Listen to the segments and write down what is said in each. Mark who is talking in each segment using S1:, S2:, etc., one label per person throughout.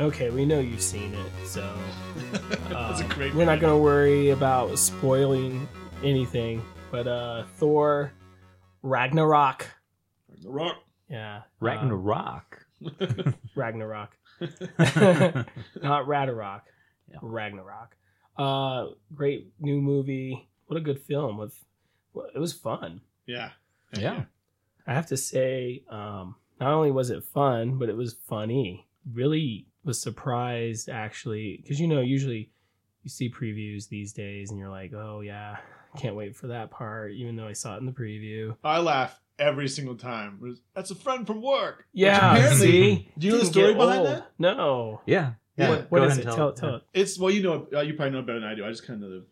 S1: okay, we know you've seen it, so
S2: That's a
S1: um,
S2: great
S1: we're not
S2: movie.
S1: going to worry about spoiling anything. But uh, Thor, Ragnarok,
S2: The Rock.
S1: yeah, uh,
S3: Ragnarok.
S1: Ragnarok,
S2: Um,
S3: yeah.
S1: not Radarok,
S3: Yeah.
S1: Ragnarok. Uh, great new movie. What a good film with. well, It was fun.
S2: Yeah.
S1: I have to say, um, not only was it fun, but it was funny. Really was surprised actually, because you know usually you see previews these days and you're like, oh yeah, can't wait for that part, even though I saw it in the preview.
S2: I laugh every single time. It was, That's a friend from work.
S1: Yeah,
S2: Which apparently-
S1: see,
S2: Do you know the
S1: Didn't
S2: story
S1: get
S2: behind
S1: old.
S2: that?
S1: No.
S3: Yeah.
S1: What,
S3: Go
S1: what
S3: ahead
S1: is
S3: and
S1: it? Tell, tell it.
S2: It's well, you know, uh, you probably know better than I do. I just kind of know the,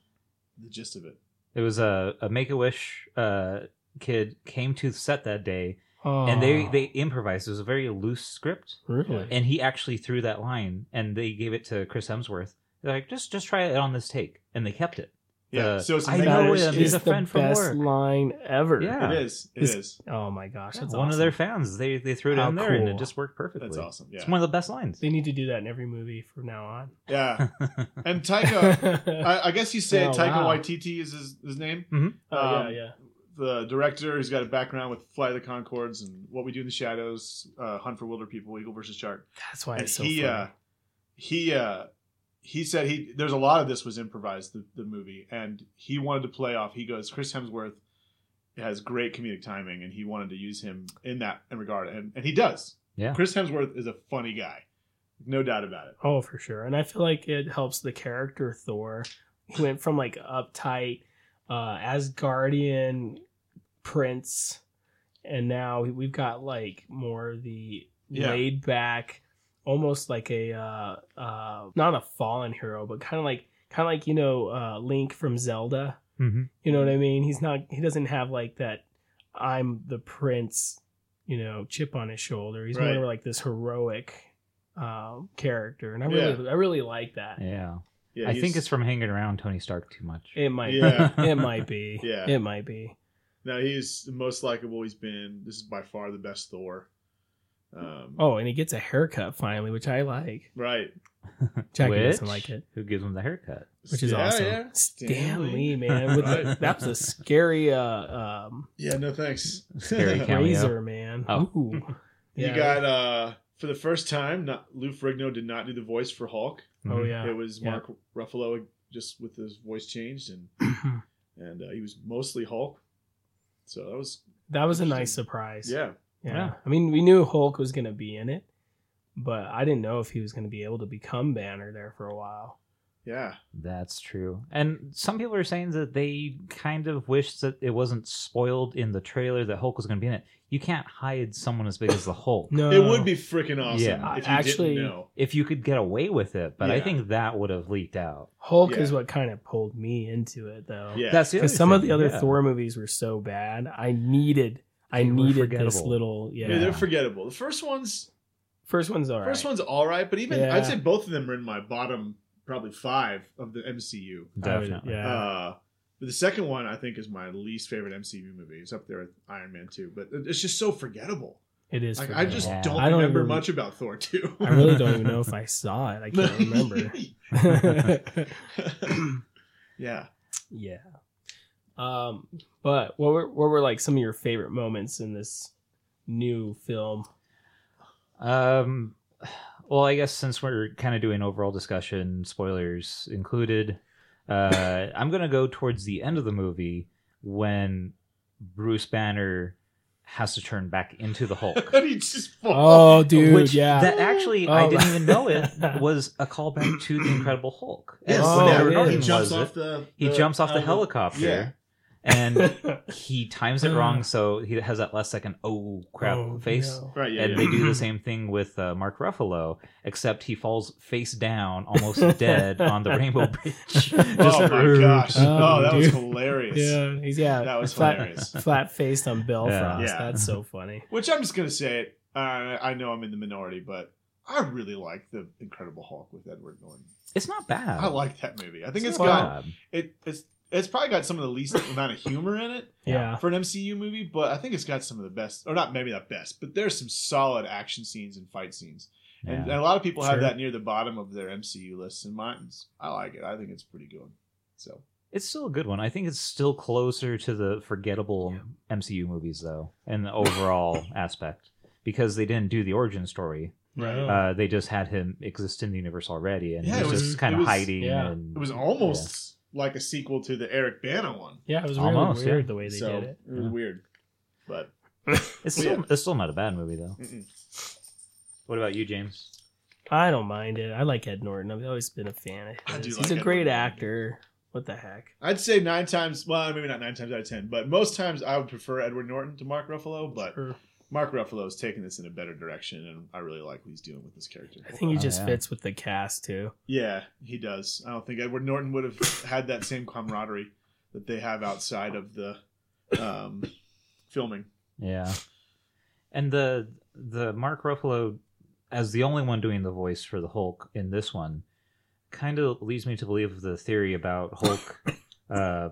S2: the gist of it.
S3: It was a, a Make a Wish uh, kid came to set that day,
S1: Oh,
S3: and they they improvised. It was a very loose script,
S1: really
S3: and he actually threw that line, and they gave it to Chris Hemsworth. They're like, just just try it on this take, and they kept it.
S2: Yeah.
S3: Uh,
S2: so it's a
S3: I
S2: make-
S3: know
S1: That is
S3: him. He's a
S1: the
S3: friend from
S1: best
S3: work.
S1: line ever.
S3: Yeah.
S2: It is. It
S1: It's-
S2: is.
S1: Oh my gosh, that's
S3: Yeah, one of their
S1: awesome.
S3: fans. They they threw it
S1: How
S3: in there, and it
S1: cool.
S3: just worked perfectly.
S2: That's awesome. Yeah.
S3: It's one of the best lines.
S1: They need to do that in every movie from now on.
S2: Yeah.
S3: Mm-hmm.
S2: And Taika, I, I guess you say
S1: Oh,
S2: Taika
S1: wow.
S2: Waititi is his, his name.
S3: Mm-hmm.
S1: oh yeah,
S2: um,
S1: yeah.
S2: The director, he's got a background with Fly of the Concords and What We Do in the Shadows, uh, Hunt for Wilder People, Eagle versus Shark.
S1: That's why
S2: and
S1: it's so
S2: he
S1: funny.
S2: uh he uh he said he there's a lot of this was improvised the, the movie and he wanted to play off he goes chris hemsworth has great comedic timing and he wanted to use him in that in regard and, and he does
S3: Yeah.
S2: chris hemsworth is a funny guy no doubt about it
S1: Oh, for sure. And I feel like it helps the character Thor. He went from like uptight uh Asgardian prince and now we've got like more of the
S2: Yeah.
S1: laid back almost like a uh uh not a fallen hero but kind of like kind of like you know uh Link from Zelda.
S3: hmm
S1: You know what I mean? He's not he doesn't have like that I'm the prince, you know, chip on his shoulder. He's
S2: Right.
S1: more like this heroic uh, character. And I really I really like that.
S3: Yeah.
S2: yeah
S3: I
S2: he's-
S3: think it's from hanging around Tony Stark too much.
S1: It might
S2: Yeah.
S1: be. It might be.
S2: Yeah.
S1: It might be.
S2: now he's the most likable he's been this is by far the best thor um
S1: Oh, and he gets a haircut finally, which I like.
S2: right
S1: Jackie
S3: Which-
S1: doesn't like it.
S3: Who gives him the haircut?
S1: Which is
S2: Yeah,
S1: awesome.
S2: yeah.
S1: Stan Lee, man. With the,
S2: Right.
S1: that was a scary uh um
S2: yeah no thanks
S3: Scary Cameo.
S1: razor, man.
S3: Oh.
S1: Ooh.
S2: You got uh for the first time, not Lou Ferrigno did not do the voice for Hulk.
S1: Oh yeah.
S2: it was
S1: yeah.
S2: Mark Ruffalo just with his voice changed, and and uh, he was mostly Hulk. So that was
S1: that was a nice
S2: Interesting.
S1: surprise.
S2: yeah,
S1: Yeah.
S3: Yeah.
S1: I mean, we knew Hulk was going to be in it, but I didn't know if he was going to be able to become Banner there for a while.
S2: yeah,
S3: That's true. And some people are saying that they kind of wish that it wasn't spoiled in the trailer that Hulk was going to be in it. You can't hide someone as big as the Hulk.
S1: No.
S2: it would be freaking awesome
S3: yeah.
S2: if you
S1: Uh, Actually-
S2: didn't know.
S3: If you could get away with it, but I
S2: Yeah.
S3: think that would have leaked out.
S1: Hulk
S2: Yeah.
S1: is what kind of pulled me into it, though.
S2: Yeah,
S3: That's the other
S1: Because some of
S3: thing,
S1: the other
S3: yeah.
S1: Thor movies were so bad. I needed. I
S3: They were
S1: needed this
S3: forgettable.
S1: little yeah.
S2: I mean, they're forgettable. The first one's
S1: First one's alright.
S2: first one's all right, but even
S1: Yeah.
S2: I'd say both of them are in my bottom probably five of the MCU.
S3: Definitely.
S1: yeah.
S2: Uh, but the second one I think is my least favorite MCU movie. It's up there with Iron Man two, but it- it's just so forgettable.
S1: it is.
S2: Like, I just
S3: Yeah.
S2: don't
S1: I don't
S2: remember
S1: even-
S2: much about Thor 2.
S1: I really don't even know if I saw it. I can't remember.
S2: yeah.
S1: yeah. Um, but what were what were like some of your favorite moments in this new film?
S3: Um, well, I guess since we're kind of doing overall discussion, spoilers included, uh, I'm gonna go towards the end of the movie when Bruce Banner has to turn back into the Hulk.
S2: and he just falls.
S1: Oh, dude,
S3: Which
S1: yeah.
S3: that actually I
S1: Oh.
S3: didn't even know it was a callback to the Incredible Hulk.
S2: Yes,
S1: Oh,
S3: When Edward
S1: it
S3: Norton
S2: he
S1: is.
S2: jumps
S3: was
S2: off
S3: it,
S2: the,
S3: he jumps off the
S2: uh,
S3: helicopter
S2: yeah.
S3: and he times it
S1: Uh.
S3: wrong, so he has that last second oh crap
S1: Oh,
S3: face.
S1: no.
S2: Right, yeah.
S3: and
S2: yeah.
S3: they do the same thing with uh, Mark Ruffalo, except he falls face down, almost dead, on the Rainbow Bridge.
S2: oh my gosh.
S1: Oh,
S2: Oh, that was
S1: dude.
S2: hilarious.
S1: Yeah, he's yeah.
S2: That was
S1: flat,
S2: hilarious.
S1: Flat faced on Belfast.
S2: Yeah.
S1: That's so funny.
S2: Which I'm just going to say it. Uh, I know I'm in the minority, but I really like the Incredible Hulk with Edward Norton.
S3: It's not bad.
S2: I like that movie. I think it's
S3: not
S2: got
S3: bad.
S2: it. It's it's probably got some of the least amount of humor in it
S1: Yeah.
S2: for an MCU movie, but I think it's got some of the best, or not maybe not best, but there's some solid action scenes and fight scenes. And,
S3: Yeah.
S2: and a lot of people have
S1: Sure.
S2: that near the bottom of their MCU lists, and mine's I like it. I think it's pretty good. So
S3: It's still a good one. I think it's still closer to the forgettable MCU movies, though, in the overall aspect, because they didn't do the origin story.
S1: Right.
S3: Uh, they just had him exist in the universe already, and
S2: Oh. Yeah,
S3: he
S1: it
S3: was,
S1: was-
S3: just kind
S2: it
S3: of
S2: was-
S3: hiding.
S1: yeah.
S3: and,
S2: it was almost like a sequel to the Eric Bana one.
S1: Yeah, it was
S3: Almost,
S1: really weird
S3: yeah.
S1: the way they
S2: so
S1: did
S2: it.
S1: it.
S2: was
S3: Yeah.
S2: weird, but
S3: It's
S2: Yeah.
S3: still, it's still not a bad movie, though.
S2: mm-mm.
S3: What about you, James?
S1: I don't mind it. I like Ed Norton. I've always been a fan of his.
S2: I do
S1: He's
S2: like
S1: a
S2: Ed
S1: great
S2: Norton.
S1: actor. What the heck?
S2: I'd say nine times. Well, maybe not nine times out of ten, but most times I would prefer Edward Norton to Mark Ruffalo. But
S1: Sure.
S2: Mark Ruffalo is taking this in a better direction, and I really like what he's doing with this character.
S1: I think he
S3: Oh,
S1: just
S3: yeah.
S1: fits with the cast too.
S2: Yeah, he does. I don't think Edward Norton would have had that same camaraderie that they have outside of the um, filming.
S3: Yeah, and the the Mark Ruffalo as the only one doing the voice for the Hulk in this one kind of leads me to believe the theory about Hulk uh,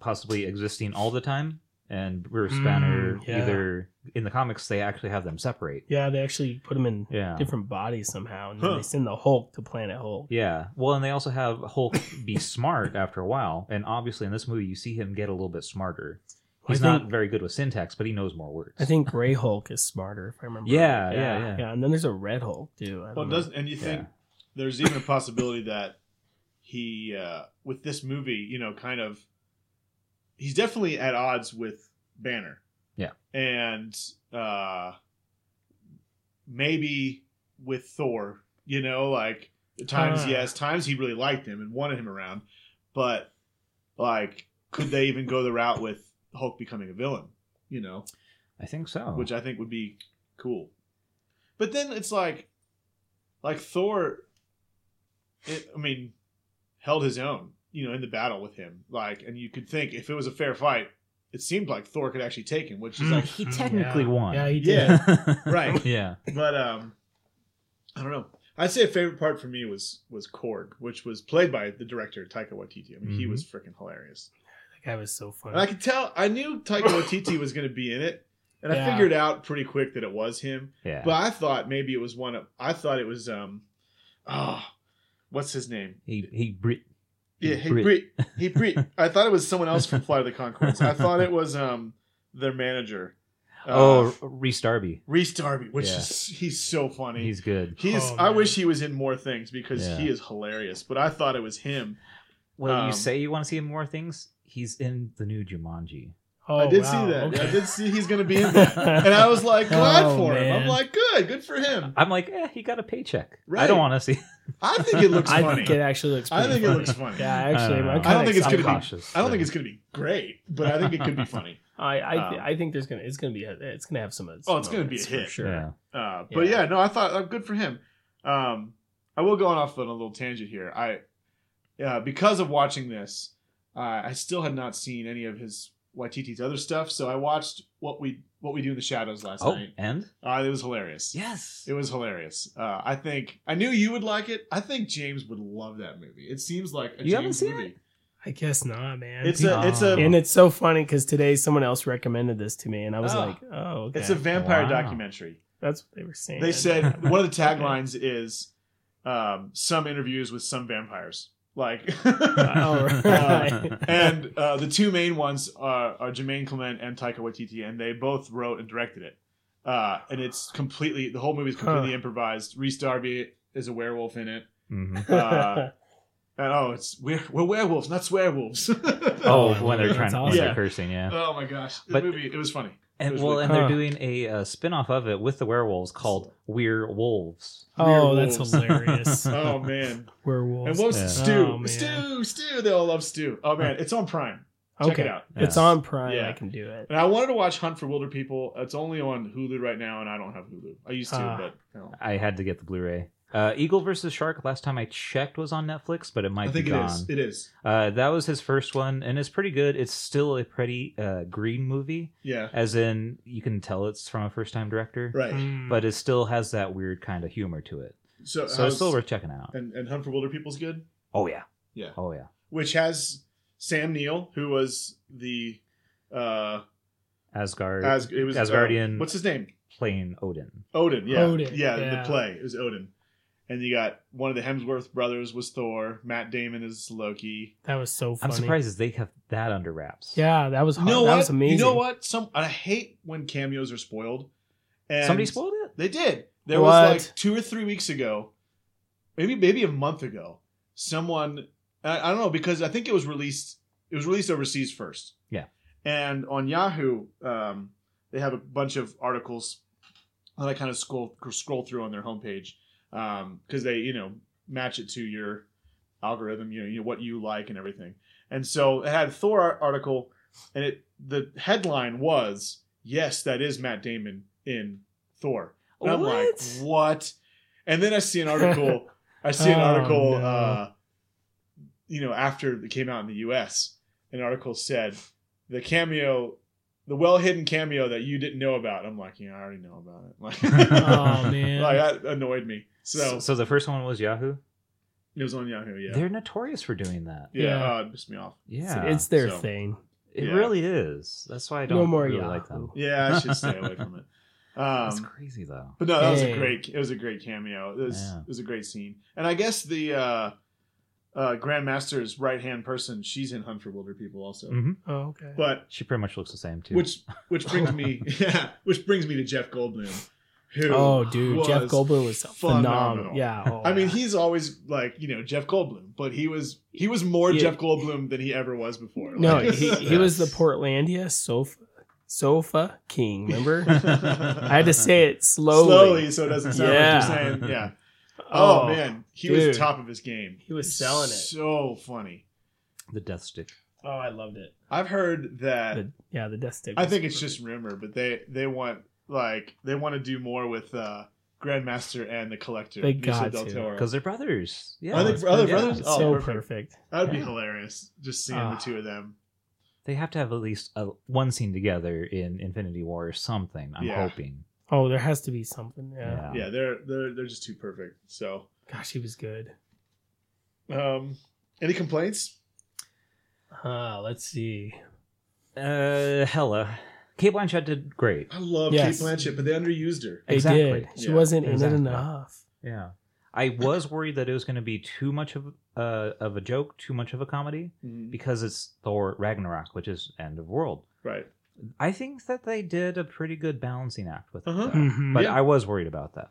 S3: possibly existing all the time, and Bruce
S1: Mm,
S3: Banner
S1: yeah.
S3: either in the comics they actually have them separate.
S1: Yeah, they actually put him in
S3: Yeah.
S1: different bodies somehow, and then
S2: Huh.
S1: they send the Hulk to Planet Hulk.
S3: Yeah. Well, and they also have Hulk be smart after a while, and obviously in this movie you see him get a little bit smarter. He's
S1: I
S3: not
S1: think-
S3: very good with syntax, but he knows more words.
S1: I think Gray Hulk is smarter, if I remember.
S3: Yeah,
S1: right.
S3: yeah, yeah.
S1: And then there's a Red Hulk too. I don't
S2: Well,
S1: know.
S2: doesn't and you think
S3: Yeah.
S2: there's even a possibility that he, uh, with this movie, you know, kind of, he's definitely at odds with Banner.
S3: Yeah.
S2: and uh, maybe with Thor, you know, like at times
S1: Ah.
S2: yes, times he really liked him and wanted him around, but like, could they even go the route with Hulk becoming a villain? You know,
S3: I think so.
S2: which I think would be cool. But then it's like, like Thor, it, I mean, held his own, you know, in the battle with him. Like, and you could think if it was a fair fight, it seemed like Thor could actually take him, which is like,
S3: he technically
S1: yeah.
S3: won.
S1: Yeah, he did.
S2: yeah, right.
S3: yeah.
S2: But um, I don't know. I'd say a favorite part for me was was Korg, which was played by the director Taika Waititi. I mean, he
S3: Mhm.
S2: was freaking hilarious.
S1: That guy was so funny.
S2: And I could tell, I knew Taika Waititi was going to be in it, and I
S1: Yeah.
S2: figured out pretty quick that it was him.
S3: Yeah.
S2: But I thought maybe it was one of. I thought it was um, oh, what's his name?
S3: he he bre-
S2: Yeah,
S3: He's
S2: hey
S3: Brit.
S2: Brit. Hey Brit. I thought it was someone else from Flight of the Concords. I thought it was um their manager. Uh,
S3: oh Reese Darby.
S2: Reese Darby, which
S3: Yeah.
S2: is he's so funny. He's
S3: He's good.
S2: he is.
S1: Oh,
S2: I
S1: man.
S2: wish he was in more things because
S3: Yeah.
S2: he is hilarious. But I thought it was him.
S3: Well,
S2: Um,
S3: you say you want to see him in more things. He's in the new Jumanji.
S1: oh,
S2: I did
S1: wow,
S2: see that.
S1: okay.
S2: I did see he's going to be in that, and I was like glad
S1: Oh,
S2: for him. I'm
S1: man.
S2: like good, good for him.
S3: I'm like, eh, he got a paycheck. I
S2: Right.
S3: don't want to see.
S2: I think it looks
S1: I
S2: funny.
S1: think it actually looks.
S2: I
S1: pretty
S2: think it
S1: funny.
S2: looks funny.
S1: Yeah, actually,
S3: don't
S1: I'm
S3: know.
S1: kinda
S2: I don't think it's
S1: excited.
S2: gonna be-
S3: cautious.
S2: I don't think it's going to be great, but I think it could be funny.
S1: I
S3: Oh.
S1: I, th-
S2: Um,
S1: I think there's gonna it's gonna be a, it's gonna have some. of its
S2: Oh, it's gonna be
S1: moments
S2: a hit.
S1: for sure.
S3: Yeah.
S2: Uh, but yeah.
S1: Yeah.
S2: no, I thought uh, good for him. Um, I will go on off on a little tangent here. I, uh, because of watching this, uh, I still had not seen any of his Waititi's other stuff, so I watched what we what we do in the shadows last
S3: Oh,
S2: night.
S3: and
S2: Uh, it was hilarious.
S3: yes,
S2: It was hilarious. Uh, I think I knew you would like it. I think James would love that movie. It seems like a
S3: You haven't
S2: James
S3: seen
S2: movie.
S1: I guess not, man.
S2: It's a it's a
S3: Yeah.
S1: and it's so funny because today someone else recommended this to me, and I was
S2: Oh.
S1: like, "Oh, okay.
S2: it's a vampire
S3: Wow.
S2: documentary.
S1: That's what they were saying.
S2: They said one of the taglines is um, some interviews with some vampires. Like
S1: All right.
S2: and uh, the two main ones are, are Jermaine Clement and Taika Waititi, and they both wrote and directed it. Uh, and it's completely the whole movie is completely
S1: Huh.
S2: improvised. Reese Darby is a werewolf in it,
S3: Mhm.
S2: uh, and oh, it's we're, we're werewolves, not swearwolves.
S3: Oh,
S1: Oh,
S3: when they're
S1: that's
S3: trying, to when
S2: awesome.
S3: they're
S2: Yeah.
S3: cursing, yeah.
S2: oh my gosh, the
S3: But-
S2: movie it was funny. it
S3: and
S2: was
S3: well,
S2: really-
S3: and they're
S1: Huh.
S3: doing a uh, spin-off of it with the werewolves called We're Wolves.
S1: "Oh, that's
S2: Werewolves.
S1: hilarious."
S2: Oh man,
S1: Werewolves.
S2: and what was
S3: Yeah.
S2: Stu?
S1: Oh, man.
S2: Stu, Stu, they all love Stu. Oh man, it's on Prime. Check
S1: okay,
S2: it out.
S1: it's on Prime.
S2: Yeah.
S1: I can do it.
S2: And I wanted to watch Hunt for Wilder People. It's only on Hulu right now, and I don't have Hulu. I used to,
S1: Ah.
S2: but no.
S3: I had to get the Blu-ray. Uh, Eagle versus Shark. Last time I checked was on Netflix, but it might
S2: I think
S3: be
S2: it
S3: gone.
S2: is. It is.
S3: Uh, that was his first one, and it's pretty good. It's still a pretty uh, green movie,
S2: Yeah.
S3: as in you can tell it's from a first-time director,
S2: Right.
S1: Mm,
S2: Mm-hmm.
S3: but it still has that weird kind of humor to it.
S2: So,
S3: So
S2: how's-
S3: it's still worth checking out.
S2: and, and Hunt for Wilder People's good,
S3: Oh yeah,
S2: Yeah.
S3: Oh yeah.
S2: which has Sam Neill, who was the uh
S3: Asgard
S2: as it was uh,
S3: Asgardian-
S2: what's his name?
S3: playing Odin.
S2: Odin. Yeah.
S1: Odin,
S2: Yeah. The
S1: yeah.
S2: play it was Odin. And you got one of the Hemsworth brothers was Thor. Matt Damon is Loki.
S1: That was so
S3: I'm
S1: funny.
S3: surprised they have that under wraps.
S1: Yeah, that was
S2: You
S1: hard.
S2: know
S1: that
S2: what?
S1: was amazing.
S2: You know what? Some I hate when cameos are spoiled. And
S3: Somebody spoiled it?
S2: They did. There was
S1: What?
S2: like two or three weeks ago, maybe maybe a month ago. Someone I, I don't know because I think it was released. It was released overseas first.
S3: Yeah.
S2: And on Yahoo, um, they have a bunch of articles that I kind of scroll scroll through on their homepage because they you know match it to your algorithm, you know, you know what you like and everything. And so it had a Thor ar- article, and it the headline was yes, that is Matt Damon in Thor. And I'm like, what? And then I see an article. I see an
S1: Oh,
S2: article.
S1: no.
S2: Uh, you know, after it came out in the U.S., an article said the cameo, the well hidden cameo that you didn't know about. I'm like, yeah, I already know about it. Like,
S1: oh man.
S2: like, that annoyed me. So,
S3: so, so the first one was Yahoo.
S2: it was on Yahoo. Yeah,
S3: They're notorious for doing that.
S2: yeah,
S1: Yeah.
S2: Oh, it pissed me off.
S1: It's-
S3: Yeah,
S1: it's their
S2: So-
S1: thing.
S3: it
S2: yeah.
S3: really is. That's why I don't
S1: No more
S3: really
S1: Yahoo.
S3: like them.
S2: Yeah, I should stay away from it.
S3: That's
S2: Um,
S3: crazy though.
S2: But no, that was a
S1: Yeah.
S2: great. It was a great cameo. It was,
S3: Yeah.
S2: it was a great scene. And I guess the uh, uh, Grandmaster's right hand person, she's in Hunt for Wilder People also.
S3: hmm
S1: Oh, okay.
S2: But
S3: She pretty much looks the same too.
S2: which which brings me yeah, which brings me to Jeff Goldblum, who
S1: oh, dude, Jeff
S2: was
S1: Goldblum was phenomenal.
S2: phenomenal.
S1: Yeah. oh,
S2: I mean
S1: yeah.
S2: he's always like you know Jeff Goldblum, but he was he was more
S1: Yeah.
S2: Jeff Goldblum than he ever was before.
S1: no,
S2: Like-
S1: he, he was the Portlandia sofa sofa king. Remember, I had to say it slowly.
S2: slowly so it doesn't sound
S1: Yeah.
S2: like you're saying yeah. Oh, man, he
S1: dude.
S2: was top of his game.
S1: he was selling it.
S2: So funny.
S3: the death stick.
S1: Oh, I loved it.
S2: I've heard that
S1: The, yeah, the death stick.
S2: I
S1: was
S2: think it's
S1: perfect.
S2: just rumor, but they they want like they want to do more with uh Grandmaster and the Collector.
S1: They
S2: Benicio
S1: got
S2: del
S1: to,
S2: Toro.
S3: Because they're brothers. Yeah,
S2: Are they-
S3: it's
S2: are they
S3: perfect.
S2: brothers?
S1: It's
S2: Oh,
S1: so
S2: perfect.
S1: perfect.
S2: that would be
S3: Yeah.
S2: hilarious just seeing
S1: Ah.
S2: the two of them.
S3: They have to have at least a, one scene together in Infinity War or something. I'm
S2: Yeah.
S3: hoping.
S1: Oh, there has to be something. Yeah.
S3: Yeah.
S2: Yeah, they're they're they're just too perfect. So,
S1: Gosh, he was good.
S2: um, any complaints?
S1: Uh, let's see.
S3: Uh, Hella, Kate Blanchett did great.
S2: I love
S1: Yes.
S2: Kate Blanchett, but they underused her.
S1: They
S3: Exactly.
S1: did. She
S2: Yeah,
S1: wasn't
S3: exactly.
S1: in it enough.
S3: Yeah, I was worried that it was going to be too much of uh, of a joke, too much of a comedy,
S1: Mm-hmm.
S3: because it's Thor Ragnarok, which is end of world.
S2: Right.
S3: I think that they did a pretty good balancing act with
S2: Uh-huh.
S3: it, though. but
S2: Yeah.
S3: I was worried about that.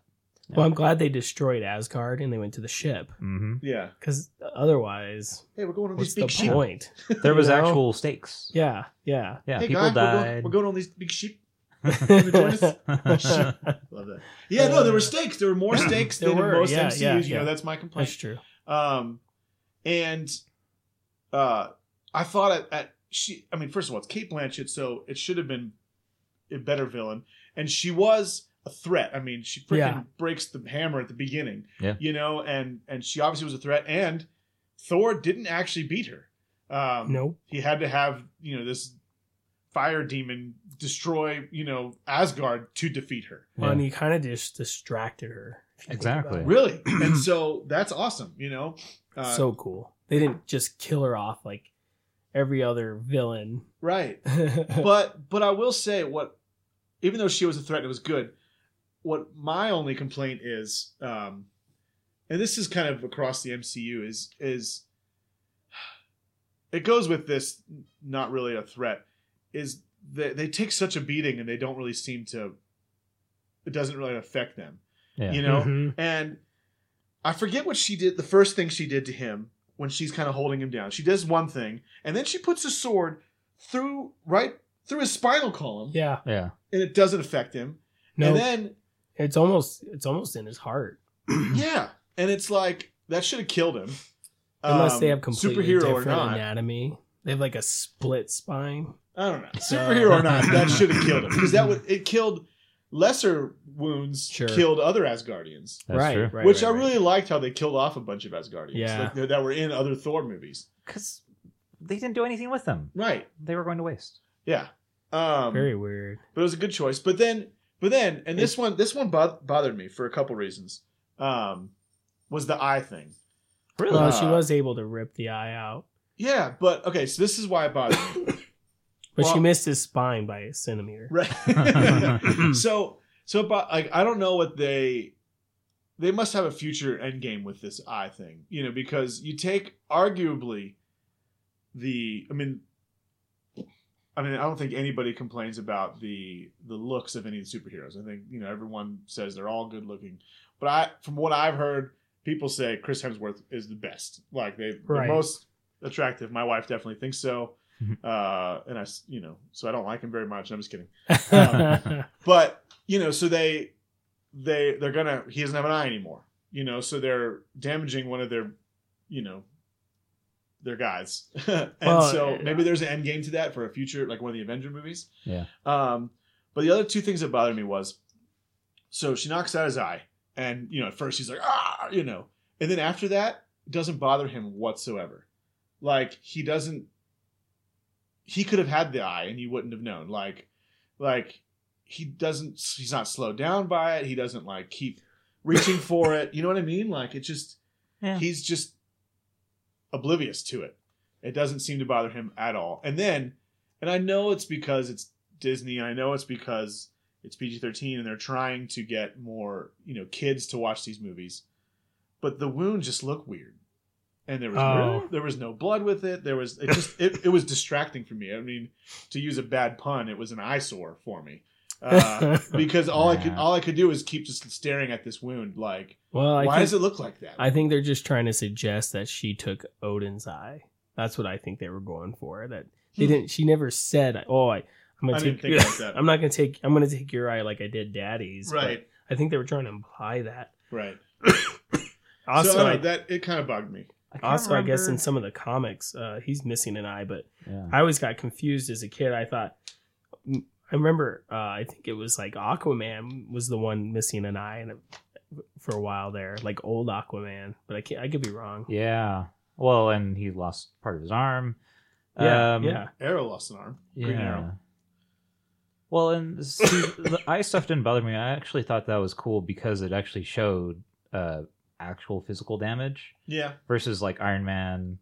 S1: Well, I'm glad they destroyed Asgard and they went to the ship
S3: hmm
S2: Yeah.
S1: because otherwise,
S2: Hey, we're going on
S1: what's
S2: these
S1: the
S2: big sheep.
S1: point?
S3: There was
S1: You know?
S3: actual stakes.
S1: Yeah, yeah.
S3: Yeah,
S2: Hey,
S3: people
S2: guys, we're going-
S3: died.
S2: We're going, on these big sheep. wanna join us? Love that. Yeah, no, there were stakes. There were more stakes
S1: Uh, There
S2: than
S1: were,
S2: in most
S1: yeah,
S2: MCUs.
S1: yeah,
S2: You
S1: yeah.
S2: know, that's my complaint.
S1: That's true.
S2: Um, and uh, I thought at, at she. I mean, first of all, it's Kate Blanchett, so it should have been a better villain, and she was a threat. I mean, she freaking
S1: Yeah.
S2: breaks the hammer at the beginning.
S3: Yeah.
S2: you know, and and she obviously was a threat, and Thor didn't actually beat her. Um,
S1: Nope.
S2: he had to have you know this fire demon destroy you know Asgard to defeat her.
S1: Well, and
S3: Yeah.
S1: he kind of just distracted her. if you think about
S3: Exactly.
S1: it.
S2: Really, and so that's awesome. You know, uh,
S1: so cool. They didn't just kill her off like every other villain.
S2: right.
S1: but
S2: but but I will say what even though she was a threat and it was good, what my only complaint is, um, and this is kind of across the MCU is is it goes with this not really a threat is that they take such a beating and they don't really seem to it doesn't really affect them
S3: Yeah.
S2: you know
S1: Mm-hmm.
S2: and I forget what she did. The first thing she did to him when she's kind of holding him down, she does one thing, and then she puts a sword through right through his spinal column,
S1: yeah,
S3: yeah.
S2: and it doesn't affect him.
S1: no,
S2: And then
S1: it's almost it's almost in his heart.
S2: yeah, and it's like that should have killed him.
S1: Unless
S2: Um,
S1: they have completely
S2: superhero
S1: different
S2: or not,
S1: anatomy, they have like a split spine.
S2: I don't know.
S1: So-
S2: Superhero or not, that should have killed him because that would it killed lesser wounds
S1: Sure.
S2: killed other Asgardians.
S3: That's
S1: right,
S3: true.
S1: right,
S2: which
S1: right,
S2: I
S1: right.
S2: really liked how they killed off a bunch of Asgardians
S1: Yeah.
S2: like, that were in other Thor movies.
S3: Because they didn't do anything with them.
S2: Right.
S3: They were going to waste.
S2: Yeah. Um,
S1: very weird.
S2: but it was a good choice. But then, but then, and this one, this one bod- bothered me for a couple reasons. Um, was the eye thing?
S3: Really?
S1: Well,
S2: Uh,
S1: she was able to rip the eye out,
S2: Yeah, but okay. So this is why it bothered me,
S1: but she
S2: well-
S1: missed his spine by a centimeter.
S2: right? so, so, but like, I don't know what they. they must have a future end game with this eye thing, you know, because you take arguably the I mean I mean I don't think anybody complains about the the looks of any of the superheroes. I think, you know, everyone says they're all good looking. But I from what I've heard, people say Chris Hemsworth is the best. Like they
S1: Right.
S2: the most attractive. My wife definitely thinks so. uh and I s- you know, so I don't like him very much. I'm just kidding Um, but you know so they they they're gonna he doesn't have an eye anymore you know so they're damaging one of their you know their guys and
S1: Well,
S2: so
S1: uh,
S2: maybe there's an end game to that for a future like one of the avenger movies
S3: Yeah.
S2: um but the other two things that bothered me was so she knocks out his eye and you know at first he's like ah you know and then after that it doesn't bother him whatsoever like he doesn't he could have had the eye and you wouldn't have known like like he doesn't he's not slowed down by it he doesn't like keep reaching for it you know what i mean like it just
S3: Yeah.
S2: he's just oblivious to it it doesn't seem to bother him at all and then and i know it's because it's disney and i know it's because it's pg-13 and they're trying to get more you know kids to watch these movies but the wound just looked weird and there was
S1: Oh.
S2: no, there was no blood with it there was it just it, it was distracting for me i mean to use a bad pun it was an eyesore for me uh, because all I could all I could do is keep just staring at this wound. Like,
S1: well, I
S2: why
S1: think,
S2: does it look like that?
S1: I think they're just trying to suggest that she took Odin's eye. That's what I think they were going for. That they
S2: Hmm.
S1: didn't. She never said, "Oh, I, I'm gonna
S2: I
S1: take."
S2: didn't think like that.
S1: I'm not gonna take. I'm gonna take your eye like I did Daddy's. but
S2: right,
S1: I think they were trying to imply that.
S2: right.
S1: Also,
S2: so uh, I don't
S1: I-
S2: know, that it kind of bugged me.
S3: I can't
S1: also, I guess in
S3: remember-
S1: some of the comics, uh, he's missing an eye, but
S3: yeah.
S1: I always got confused as a kid. I thought, I remember, uh, I think it was like Aquaman was the one missing an eye, and it- for a while there, like old Aquaman. But I can't, I could be wrong.
S3: Yeah. Well, and he lost part of his arm.
S1: Yeah,
S3: Um,
S1: yeah.
S2: Arrow lost an arm.
S3: Yeah.
S2: Green Arrow.
S3: Well, and see, the eye stuff didn't bother me. I actually thought that was cool because it actually showed uh, actual physical damage
S2: Yeah,
S3: versus like Iron Man,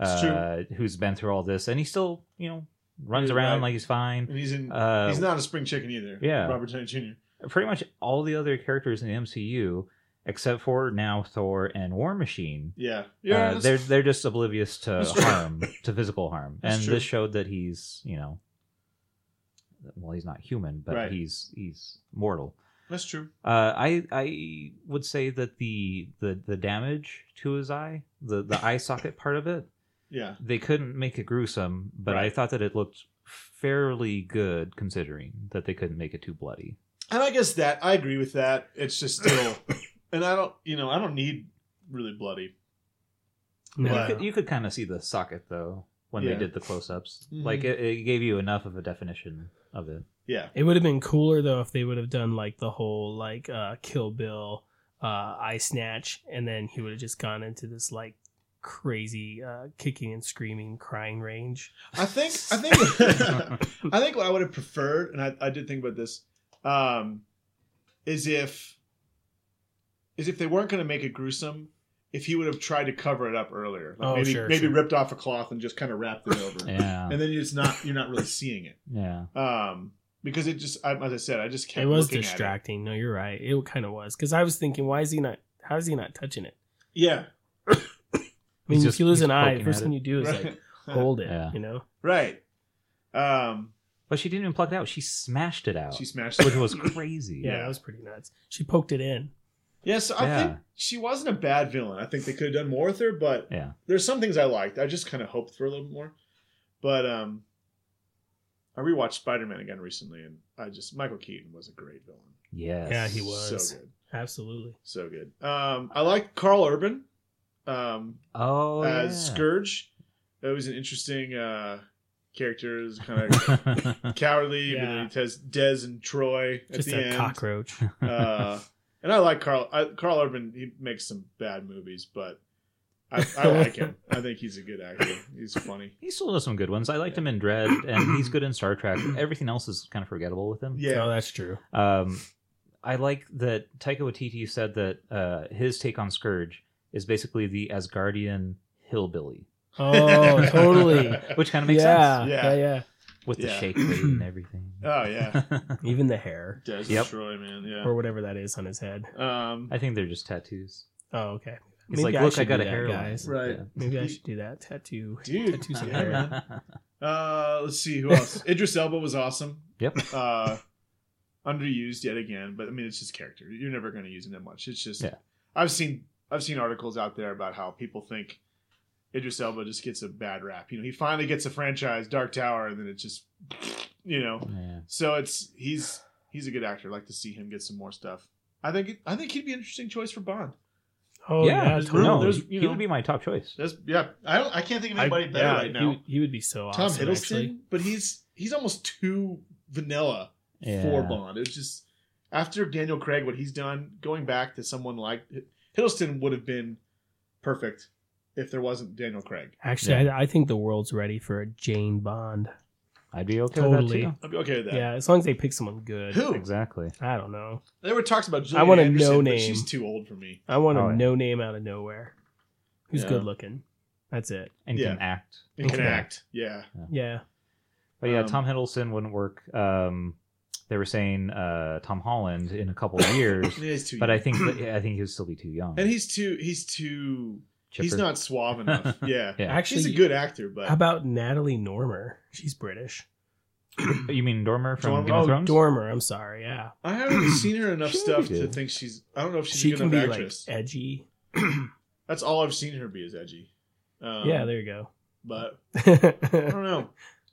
S2: It's
S3: uh, who's been through all this and he still, you know, runs
S2: He's
S3: around
S2: right.
S3: like he's fine.
S2: and he's in.
S3: Uh,
S2: he's not a spring chicken either.
S3: yeah.
S2: Robert Downey Jr.
S3: pretty much all the other characters in the MCU, except for now Thor and War Machine,
S2: Yeah,
S3: uh,
S2: yeah.
S3: they're they're just oblivious to
S2: That's true.
S3: harm, to physical harm,
S2: That's
S3: and
S2: true.
S3: this showed that he's you know, well he's not human, but
S2: Right.
S3: he's he's mortal.
S2: that's true.
S3: Uh, I I would say that the the the damage to his eye, the the eye socket part of it,
S2: Yeah,
S3: they couldn't make it gruesome, but I
S2: Right.
S3: thought that it looked fairly good considering that they couldn't make it too bloody.
S2: and I guess that I agree with that. It's just still, and I don't, you know, I don't need really bloody.
S1: No.
S2: Yeah.
S3: You could, you could kind of see the socket though when they
S2: Yeah.
S3: did the close-ups.
S2: Mhm.
S3: Like it, it gave you enough of a definition of it.
S2: Yeah,
S1: It would have been cooler though if they would have done like the whole like uh, Kill Bill uh, eye snatch, and then he would have just gone into this like crazy uh, kicking and screaming, crying range.
S2: I think I think I think what I would have preferred, and I, I did think about this, um, is if is if they weren't going to make it gruesome, if he would have tried to cover it up earlier, like
S1: Oh,
S2: maybe
S1: sure,
S2: maybe
S1: sure.
S2: ripped off a cloth and just kind of wrapped it over,
S3: Yeah,
S1: Um,
S2: and then it's not you're not really seeing it,
S3: yeah.
S2: um, because it just I, as I said, I just kept
S1: it was
S2: looking at
S1: distracting. No, you're right. It kind of was because I was thinking, why is he not? How is he not touching it?
S2: Yeah,
S1: I mean,
S3: He's
S1: if
S3: just-
S1: you lose
S3: he's
S1: an eye, the
S3: poking
S1: first
S3: at
S1: thing
S3: it.
S1: you do is like
S2: right,
S1: hold it.
S3: Yeah.
S1: You know,
S2: right. Um,
S3: But she didn't even pluck it out. She smashed it out,
S2: she smashed it.
S3: which was crazy.
S1: yeah, that was pretty nuts. She poked it in.
S2: Yeah, so I
S3: Yeah.
S2: think she wasn't a bad villain. I think they could have done more with her, but
S3: Yeah.
S2: there's some things I liked. I just kind of hoped for a little more. But um I rewatched Spider Man again recently, and I just Michael Keaton was a great villain.
S3: Yes.
S1: Yeah, he was.
S2: So good,
S1: Absolutely.
S2: so good. Um, I liked Carl Urban um,
S3: Oh,
S2: as
S3: yeah.
S2: Scourge. That was an interesting uh, character. kind of cowardly, but
S1: Yeah.
S2: then he has Dez and Troy at
S1: Just
S2: the
S1: a
S2: end.
S1: cockroach.
S2: uh, and I like Carl. I, Carl Urban. He makes some bad movies, but I, I like him. I think he's a good actor. He's funny.
S3: he still does some good ones. I liked
S2: Yeah.
S3: him in Dread, and he's good in Star Trek. Everything else is kind of forgettable with him.
S1: Oh,
S2: Yeah,
S1: that's true.
S3: Um, I like that Taika Waititi said that uh, his take on Scourge is basically the Asgardian hillbilly,
S1: Oh, totally.
S3: which kind of makes
S1: yeah,
S3: sense.
S1: yeah, yeah,
S3: with the
S2: Yeah.
S3: shake weight and everything.
S2: Oh yeah,
S1: Even the hair
S2: Des
S3: Yep.
S2: Troy, man.
S1: or
S2: Yeah.
S1: whatever that is on his head.
S2: Um,
S3: I think they're just tattoos.
S1: Oh, okay. Maybe
S3: It's like,
S1: I
S3: look,
S1: should
S3: I got
S1: do
S3: a
S1: that,
S3: hairline.
S1: guys.
S2: Right.
S1: Maybe I
S2: You-
S1: should do that tattoo.
S2: dude.
S1: Tattoos and
S2: yeah,
S1: hair.
S2: man. Uh, let's see who else. Idris Elba was awesome.
S3: Yep.
S2: Uh, underused yet again, but I mean, it's just character. You're never going to use him that much. It's just,
S3: Yeah.
S2: I've seen I've seen articles out there about how people think Idris Elba just gets a bad rap. You know, he finally gets a franchise, Dark Tower, and then it just, you know.
S3: yeah.
S2: So it's he's he's a good actor. I'd like to see him get some more stuff. I think it, I think he'd be an interesting choice for Bond.
S1: Oh yeah,
S2: there's
S1: totally.
S2: room.
S3: No,
S2: There's-
S3: he
S2: you know-
S3: would be my top choice.
S2: That's yeah. I don't. I can't think of
S1: I-
S2: anybody better
S1: yeah,
S2: right now.
S1: He, he would be so
S2: Tom
S1: awesome.
S2: Hiddleston,
S1: actually.
S2: but he's he's almost too vanilla
S3: Yeah.
S2: for Bond. It's just after Daniel Craig, what he's done, going back to someone like Hiddleston would have been perfect if there wasn't Daniel Craig.
S1: Actually, I, I think the world's ready for a Jane Bond.
S3: I'd be okay
S1: Totally.
S3: with
S2: I'd be okay with
S1: Yeah,
S2: that.
S1: as long as they pick someone good.
S3: that too.
S2: Who?
S3: Exactly.
S1: I don't know.
S2: There were talks about Julie
S1: I want a
S2: Anderson,
S1: no
S2: but
S1: name.
S2: she's too old for me.
S1: I want a
S3: Oh, yeah.
S1: no name out of nowhere. Who's
S2: Yeah.
S1: good looking? That's it.
S3: And
S2: Yeah.
S3: can act.
S2: And can
S1: Okay.
S2: act. Yeah.
S1: Yeah.
S3: But yeah,
S2: Um,
S3: Tom Hiddleston wouldn't work. Um, they were saying uh, Tom Holland in a couple of years,
S2: Yeah, he's too
S3: but I
S2: young.
S3: think that, I think he'll still be too young.
S2: And he's too he's too he's
S3: Chipper.
S2: not suave enough. Yeah.
S3: Yeah.
S1: Actually,
S2: She's a good actor, but
S1: How about Natalie Normer? She's British.
S3: You mean Dormer from
S2: Dormer-
S3: Game of
S2: oh,
S3: Thrones?
S1: Dormer, I'm sorry. Yeah.
S2: I haven't seen her enough
S3: She might
S2: stuff
S3: be
S2: to
S3: good.
S2: think she's I don't know if she's
S1: she
S2: a
S1: can
S2: good
S1: be
S2: enough actress.
S1: like edgy.
S2: That's all I've seen her be is edgy. Um,
S1: yeah, there you
S2: but I
S1: go.
S2: don't know.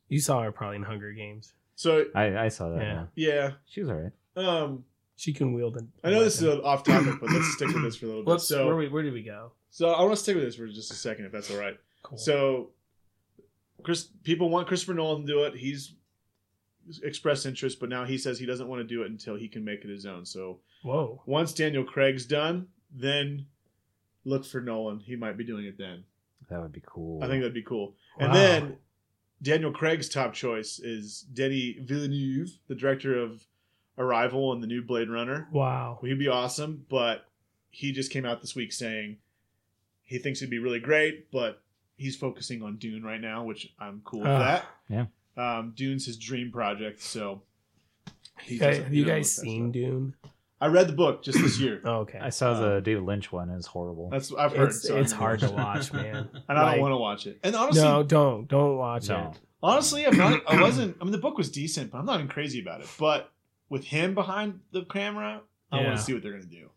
S1: you saw her probably in Hunger Games.
S2: So
S3: I, I saw that.
S1: Yeah.
S3: Yeah.
S2: yeah,
S3: She was all right.
S2: um,
S1: She can wield it.
S2: I know this is a- off topic, but let's stick with this for a little bit.
S1: Whoops, where,
S2: so,
S1: we, where did we go?
S2: so I want to stick with this for just a second, if that's all right.
S1: Cool.
S2: So, Chris, people want Christopher Nolan to do it. He's expressed interest, but now he says he doesn't want to do it until he can make it his own. So,
S1: Whoa.
S2: once Daniel Craig's done, then look for Nolan. He might be doing it then.
S3: That would be cool.
S2: I think that'd be cool.
S1: Wow.
S2: And then Daniel Craig's top choice is Denny Villeneuve, the director of Arrival and the new Blade Runner.
S1: Wow.
S2: He'd be awesome, but he just came out this week saying he thinks it'd be really great, but he's focusing on Dune right now, which I'm cool with
S1: Ugh.
S2: that.
S3: Yeah.
S2: Um, Dune's his dream project, so he
S1: You guys-
S2: doesn't-
S1: have
S2: he
S1: you
S2: doesn't
S1: guys
S2: look that
S1: seen
S2: stuff.
S1: Dune?
S2: I read the book just this year.
S1: Oh, okay.
S3: I saw the David Lynch one. It's horrible.
S2: That's I've heard.
S1: It's,
S2: so I
S1: it's
S2: haven't
S1: hard to
S2: watched it.
S1: watch, man.
S2: and I
S1: Like,
S2: don't want to watch it. And honestly,
S1: No, don't. Don't watch
S3: No.
S1: it.
S2: Honestly, I'm not. I wasn't. I mean, the book was decent, but I'm not even crazy about it. But with him behind the camera, I
S1: Yeah.
S2: want to see what they're gonna do.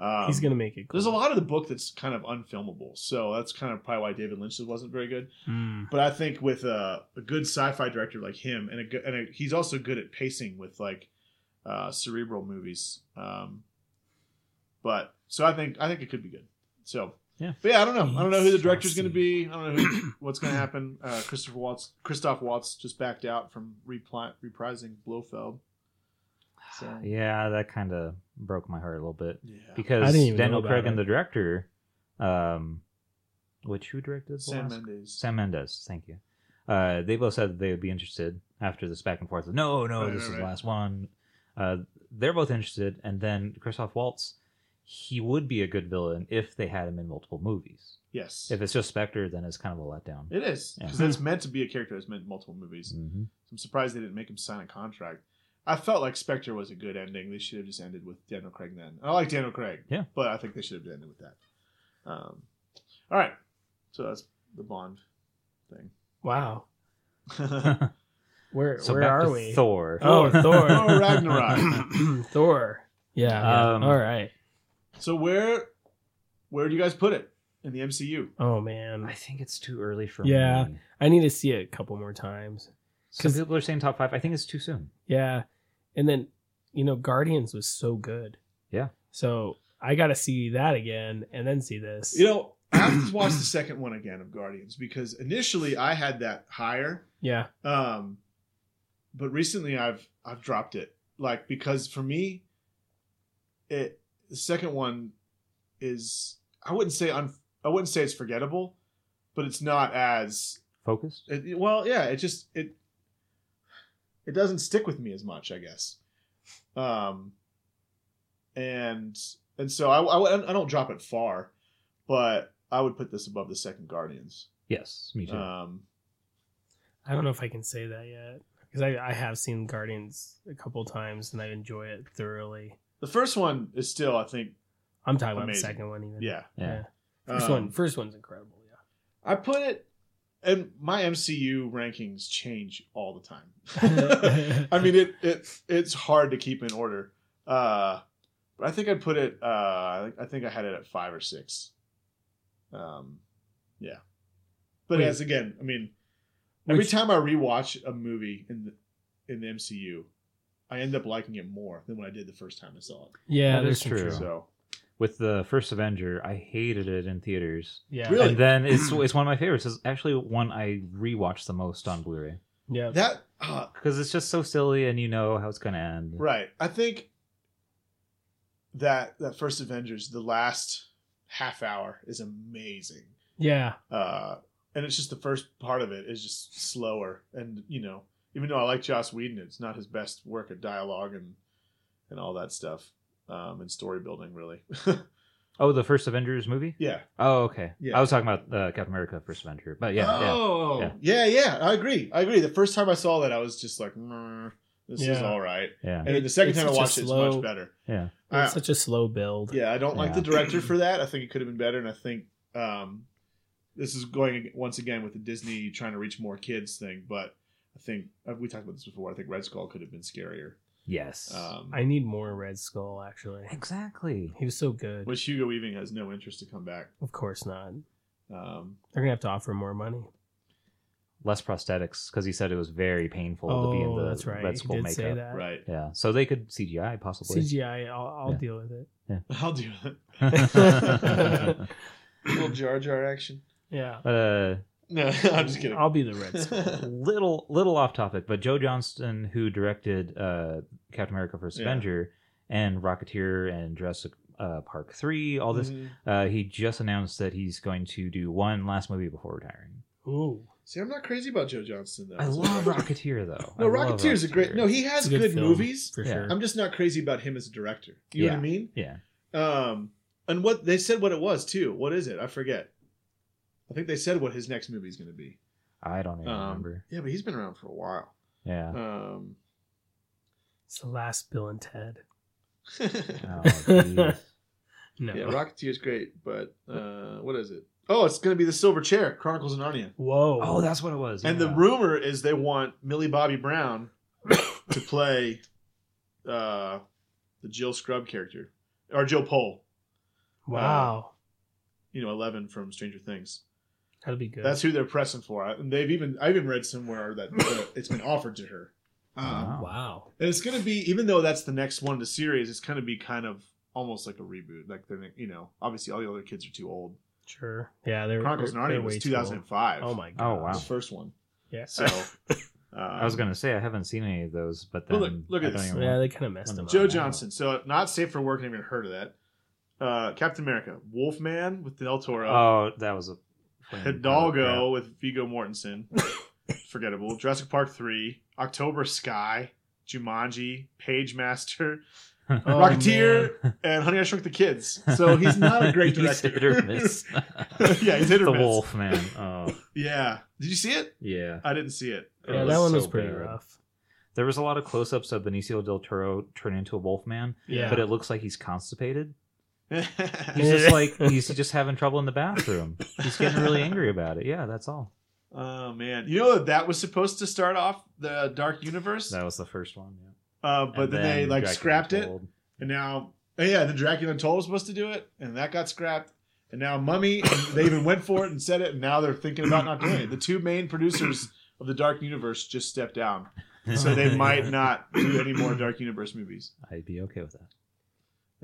S2: Um,
S1: He's going to make it.
S2: There's a
S1: cool.
S2: lot of the book that's kind of unfilmable, so that's kind of probably why David Lynch wasn't very good.
S3: Hmm.
S1: Mm.
S2: But I think with a, a good sci-fi director like him, and a good, and a, he's also good at pacing with like uh, cerebral movies. Um, but so I think I think it could be good. So
S3: Yeah.
S2: but yeah, I don't know. I don't know who the director's going to be. I don't know who, what's going to happen. Uh, Christopher Waltz, Christoph Waltz just backed out from repli- reprising Blofeld. So
S3: yeah, that kind of broke my heart a little bit
S2: yeah,
S1: I
S3: because
S1: didn't even know
S3: Daniel
S1: about
S3: Craig
S1: it.
S3: and the director, um, which who directed the
S2: Sam
S3: last-
S2: Mendes.
S3: Sam Mendes, thank you. Uh, they both said that they would be interested after this back and forth. Of, no, no,
S2: Right, right,
S3: this is the
S2: right.
S3: last one. Uh, they're both interested, and then Christoph Waltz, he would be a good villain if they had him in multiple movies.
S2: yes,
S3: If it's just Spectre, then it's kind of a letdown.
S2: it is
S3: Yeah.
S2: because that's meant to be a character that's meant in multiple movies.
S3: Mhm.
S2: I'm surprised they didn't make him sign a contract. I felt like Spectre was a good ending. They should have just ended with Daniel Craig then. I like Daniel Craig.
S3: Yeah.
S2: But I think they should have ended with that. Um, all right. So that's the Bond thing.
S1: Wow. Where
S3: so
S1: where
S3: back
S1: are
S3: to
S1: we?
S3: Thor.
S1: Oh, Thor.
S2: Oh, Ragnarok.
S1: Thor. Yeah. yeah.
S3: Um,
S1: All right.
S2: so where where do you guys put it in the MCU?
S1: Oh man,
S3: I think it's too early for
S1: Yeah.
S3: me.
S1: I need to see it a couple more times.
S3: Some
S1: 'Cause-
S3: people are saying top five. I think it's too soon.
S1: Yeah, and then you know Guardians was so good.
S3: Yeah.
S1: So I got to see that again and then see this.
S2: You know, I have to watch the second one again of Guardians because initially I had that higher.
S1: yeah.
S2: Um, but recently I've I've dropped it. Like because for me, it the second one is I wouldn't say un, I wouldn't say it's forgettable, but it's not as
S3: Focused.
S2: it, well. Yeah, it just it it doesn't stick with me as much, I guess. Um, and and so I I, would- I don't drop it far, but I would put this above the second Guardians.
S3: Yes, me too.
S2: Um,
S1: I don't know if I can say that yet because I, I have seen Guardians a couple times and I enjoy it thoroughly.
S2: The first one is still, I think,
S1: I'm talking about the
S2: Amazing.
S1: second one even.
S2: yeah.
S3: Yeah.
S1: First
S2: Um,
S1: one, first one's incredible.
S2: I put it, and my MCU rankings change all the time. I mean, it, it it's hard to keep in order. Uh, but I think I put it. Uh, I think- I think I had it at five or six. Um, yeah. But
S1: Wait.
S2: as again, I mean, every
S1: Which-
S2: time I rewatch a movie in the in the MCU, I end up liking it more than when I did the first time I saw it.
S1: yeah,
S3: That
S1: there's
S3: is
S1: some
S3: true.
S1: truth.
S2: So
S3: With the first Avenger, I hated it in theaters.
S1: Yeah,
S2: Really?
S3: And then it's it's one of my favorites. It's actually one I rewatch the most on Blu-ray
S1: yeah.
S2: that uh,
S3: because it's just so silly, and you know how it's gonna end.
S2: Right. I think that that first Avengers, the last half hour is amazing.
S1: yeah,
S2: Uh and it's just the first part of it is just slower and you know, even though I like Joss Whedon, it's not his best work of dialogue and and all that stuff. Um and story building really.
S3: Oh, the first Avengers movie.
S2: yeah.
S3: Oh, okay.
S2: Yeah.
S3: I was talking about uh, Captain America: First Avenger, but yeah, yeah.
S2: oh. yeah.
S3: yeah.
S2: yeah, I agree. I agree. The first time I saw that I was just like, "Meh, this is
S1: Yeah.
S2: all right.
S3: yeah,
S2: And then the
S1: It's-
S2: second
S1: it's
S2: time I
S1: such a
S2: watched it, it's
S1: slow-
S2: much better.
S3: yeah.
S2: Uh,
S1: it's such a slow build.
S2: Yeah, I don't like
S3: Yeah.
S2: the director for that. I think it could have been better, and I think um, this is going once again with the Disney trying to reach more kids thing. But I think uh, we talked about this before. I think Red Skull could have been scarier.
S3: Yes.
S2: Um,
S1: I need more Red Skull. Actually,
S3: exactly.
S1: he was so good.
S2: which Hugo Weaving has no interest to come back.
S1: Of course not.
S2: Um,
S1: They're gonna have to offer more money.
S3: Less prosthetics because he said it was very painful to be in the
S1: Oh, that's right.
S3: Oh, Red
S1: He
S3: Skull
S1: did
S3: makeup.
S1: say that.
S2: right?
S3: Yeah. So they could CGI possibly.
S1: CGI. I'll, I'll
S3: Yeah.
S1: deal with it.
S2: I'll do that. little Jar Jar action.
S1: Yeah,
S3: but uh,
S2: No, I'm just kidding.
S1: I'll be the Red Skull.
S3: little little off topic, but Joe Johnston, who directed uh, Captain America: First
S2: Yeah.
S3: Avenger and Rocketeer and Jurassic uh, Park Three, all this,
S2: Mhm.
S3: uh, he just announced that he's going to do one last movie before retiring.
S1: Ooh,
S2: See, I'm not crazy about Joe Johnston though.
S3: I love Rocketeer though.
S2: No,
S3: I love
S2: Rocketeer is a great.
S3: Rocketeer.
S2: No, he has
S1: It's a
S2: good,
S1: film,
S2: movies.
S1: for
S3: Yeah.
S1: sure.
S2: I'm just not crazy about him as a director. You know what I mean?
S3: yeah,
S2: Um, and what they said what it was too. What is it? I forget. I think they said what his next movie is going to be.
S3: I don't even
S2: Um,
S3: remember.
S2: Yeah, but he's been around for a while.
S3: Yeah.
S2: Um,
S1: It's the last Bill and Ted.
S2: yeah,
S3: Oh, geez.
S1: No.
S2: Rocketeer's great, but uh, what is it? Oh, it's going to be the Silver Chair Chronicles of Narnia.
S1: Whoa.
S3: oh, that's what it was.
S2: And the
S3: yeah.
S2: rumor is they want Millie Bobby Brown to play uh, the Jill Scrub character or Jill Pole.
S1: wow.
S2: You know, Eleven from Stranger Things.
S1: That'd be good.
S2: That's who they're pressing for. I- And they've even I even read somewhere that uh, it's been offered to her. Um,
S1: Uh-huh.
S3: Wow.
S1: wow.
S2: And it's gonna be even though that's the next one in the series, it's gonna be kind of almost like a reboot. Like they're you know obviously all the other kids are too old.
S1: Sure. Yeah, they're
S2: Chronicles of
S1: they're,
S2: Narnia
S1: they're
S2: was
S1: way too
S2: 2005.
S1: old. Oh my god.
S3: Oh,
S2: It was
S3: wow.
S2: the first one.
S1: Yeah.
S2: So uh,
S3: I was gonna say I haven't seen any of those, but
S2: Well,
S3: then
S2: look- look at
S3: I don't
S2: this.
S3: even
S1: yeah,
S3: want-
S1: they kind of messed them
S2: Joe
S1: up.
S2: Johnson. So not safe for work. I've even heard of that. Uh, Captain America, Wolfman with Del Toro.
S3: Oh, that was a uh,
S2: Hidalgo with Vigo Mortensen. Forgettable. Jurassic Park 3. October Sky. Jumanji. Page Master.
S1: Oh,
S2: Rocketeer. And Honey, I Shrunk the Kids. So he's not a great
S3: He's
S2: director.
S3: hit or miss.
S2: Yeah, he's hit or
S3: the
S2: miss.
S3: Wolf Man. Oh,
S2: yeah. Did you see it?
S3: yeah.
S2: I didn't see it.
S1: Yeah,
S3: It
S1: that one
S3: so
S1: was pretty
S3: bad.
S1: rough.
S3: There was a lot of close-ups of Benicio del Toro turning into a wolf man,
S1: Yeah.
S3: but it looks like he's constipated.
S2: Yeah.
S3: He's just like he's just having trouble in the bathroom. He's getting really angry about it. Yeah, that's all.
S2: oh, man. You know that that was supposed to start off the Dark Universe?
S3: That was the first one. Yeah.
S2: Uh, but
S3: And
S2: then, they like
S3: Dracula
S2: scrapped it.
S3: Untold.
S2: And now, oh yeah, the Dracula Untold was supposed to do it, and that got scrapped. And now Mummy, and they even went for it and said it, and now they're thinking about not doing it. The two main producers of the Dark Universe just stepped down, so they might not do any more Dark Universe movies.
S3: I'd be okay with that.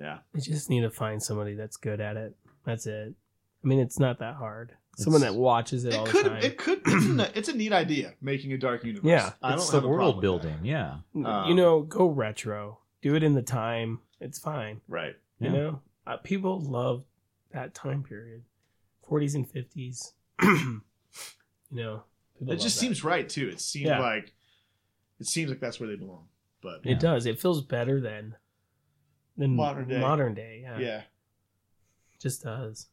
S2: Yeah,
S1: They just need to find somebody that's good at it. That's it. I mean, it's not that hard. Someone
S3: It's-
S1: that watches it, all
S2: it
S1: the
S2: could,
S1: time.
S2: it could, it's a, it's a neat idea making a Dark Universe.
S1: Yeah,
S2: I don't
S3: it's
S2: have
S3: the
S2: a problem
S3: world
S2: with
S3: building.
S2: that.
S3: Yeah.
S2: um,
S1: you know, go retro. Do it in the time. It's fine.
S2: right?
S3: Yeah.
S1: You know, uh, people love that time period, 40s and 50s. you know, people
S2: It
S1: love
S2: just
S1: that.
S2: seems right too. It seems
S1: Yeah.
S2: like it seems like that's where they belong. But
S1: It does. It feels better than than
S2: Modern day.
S1: Modern day, yeah.
S2: yeah,
S1: It just does.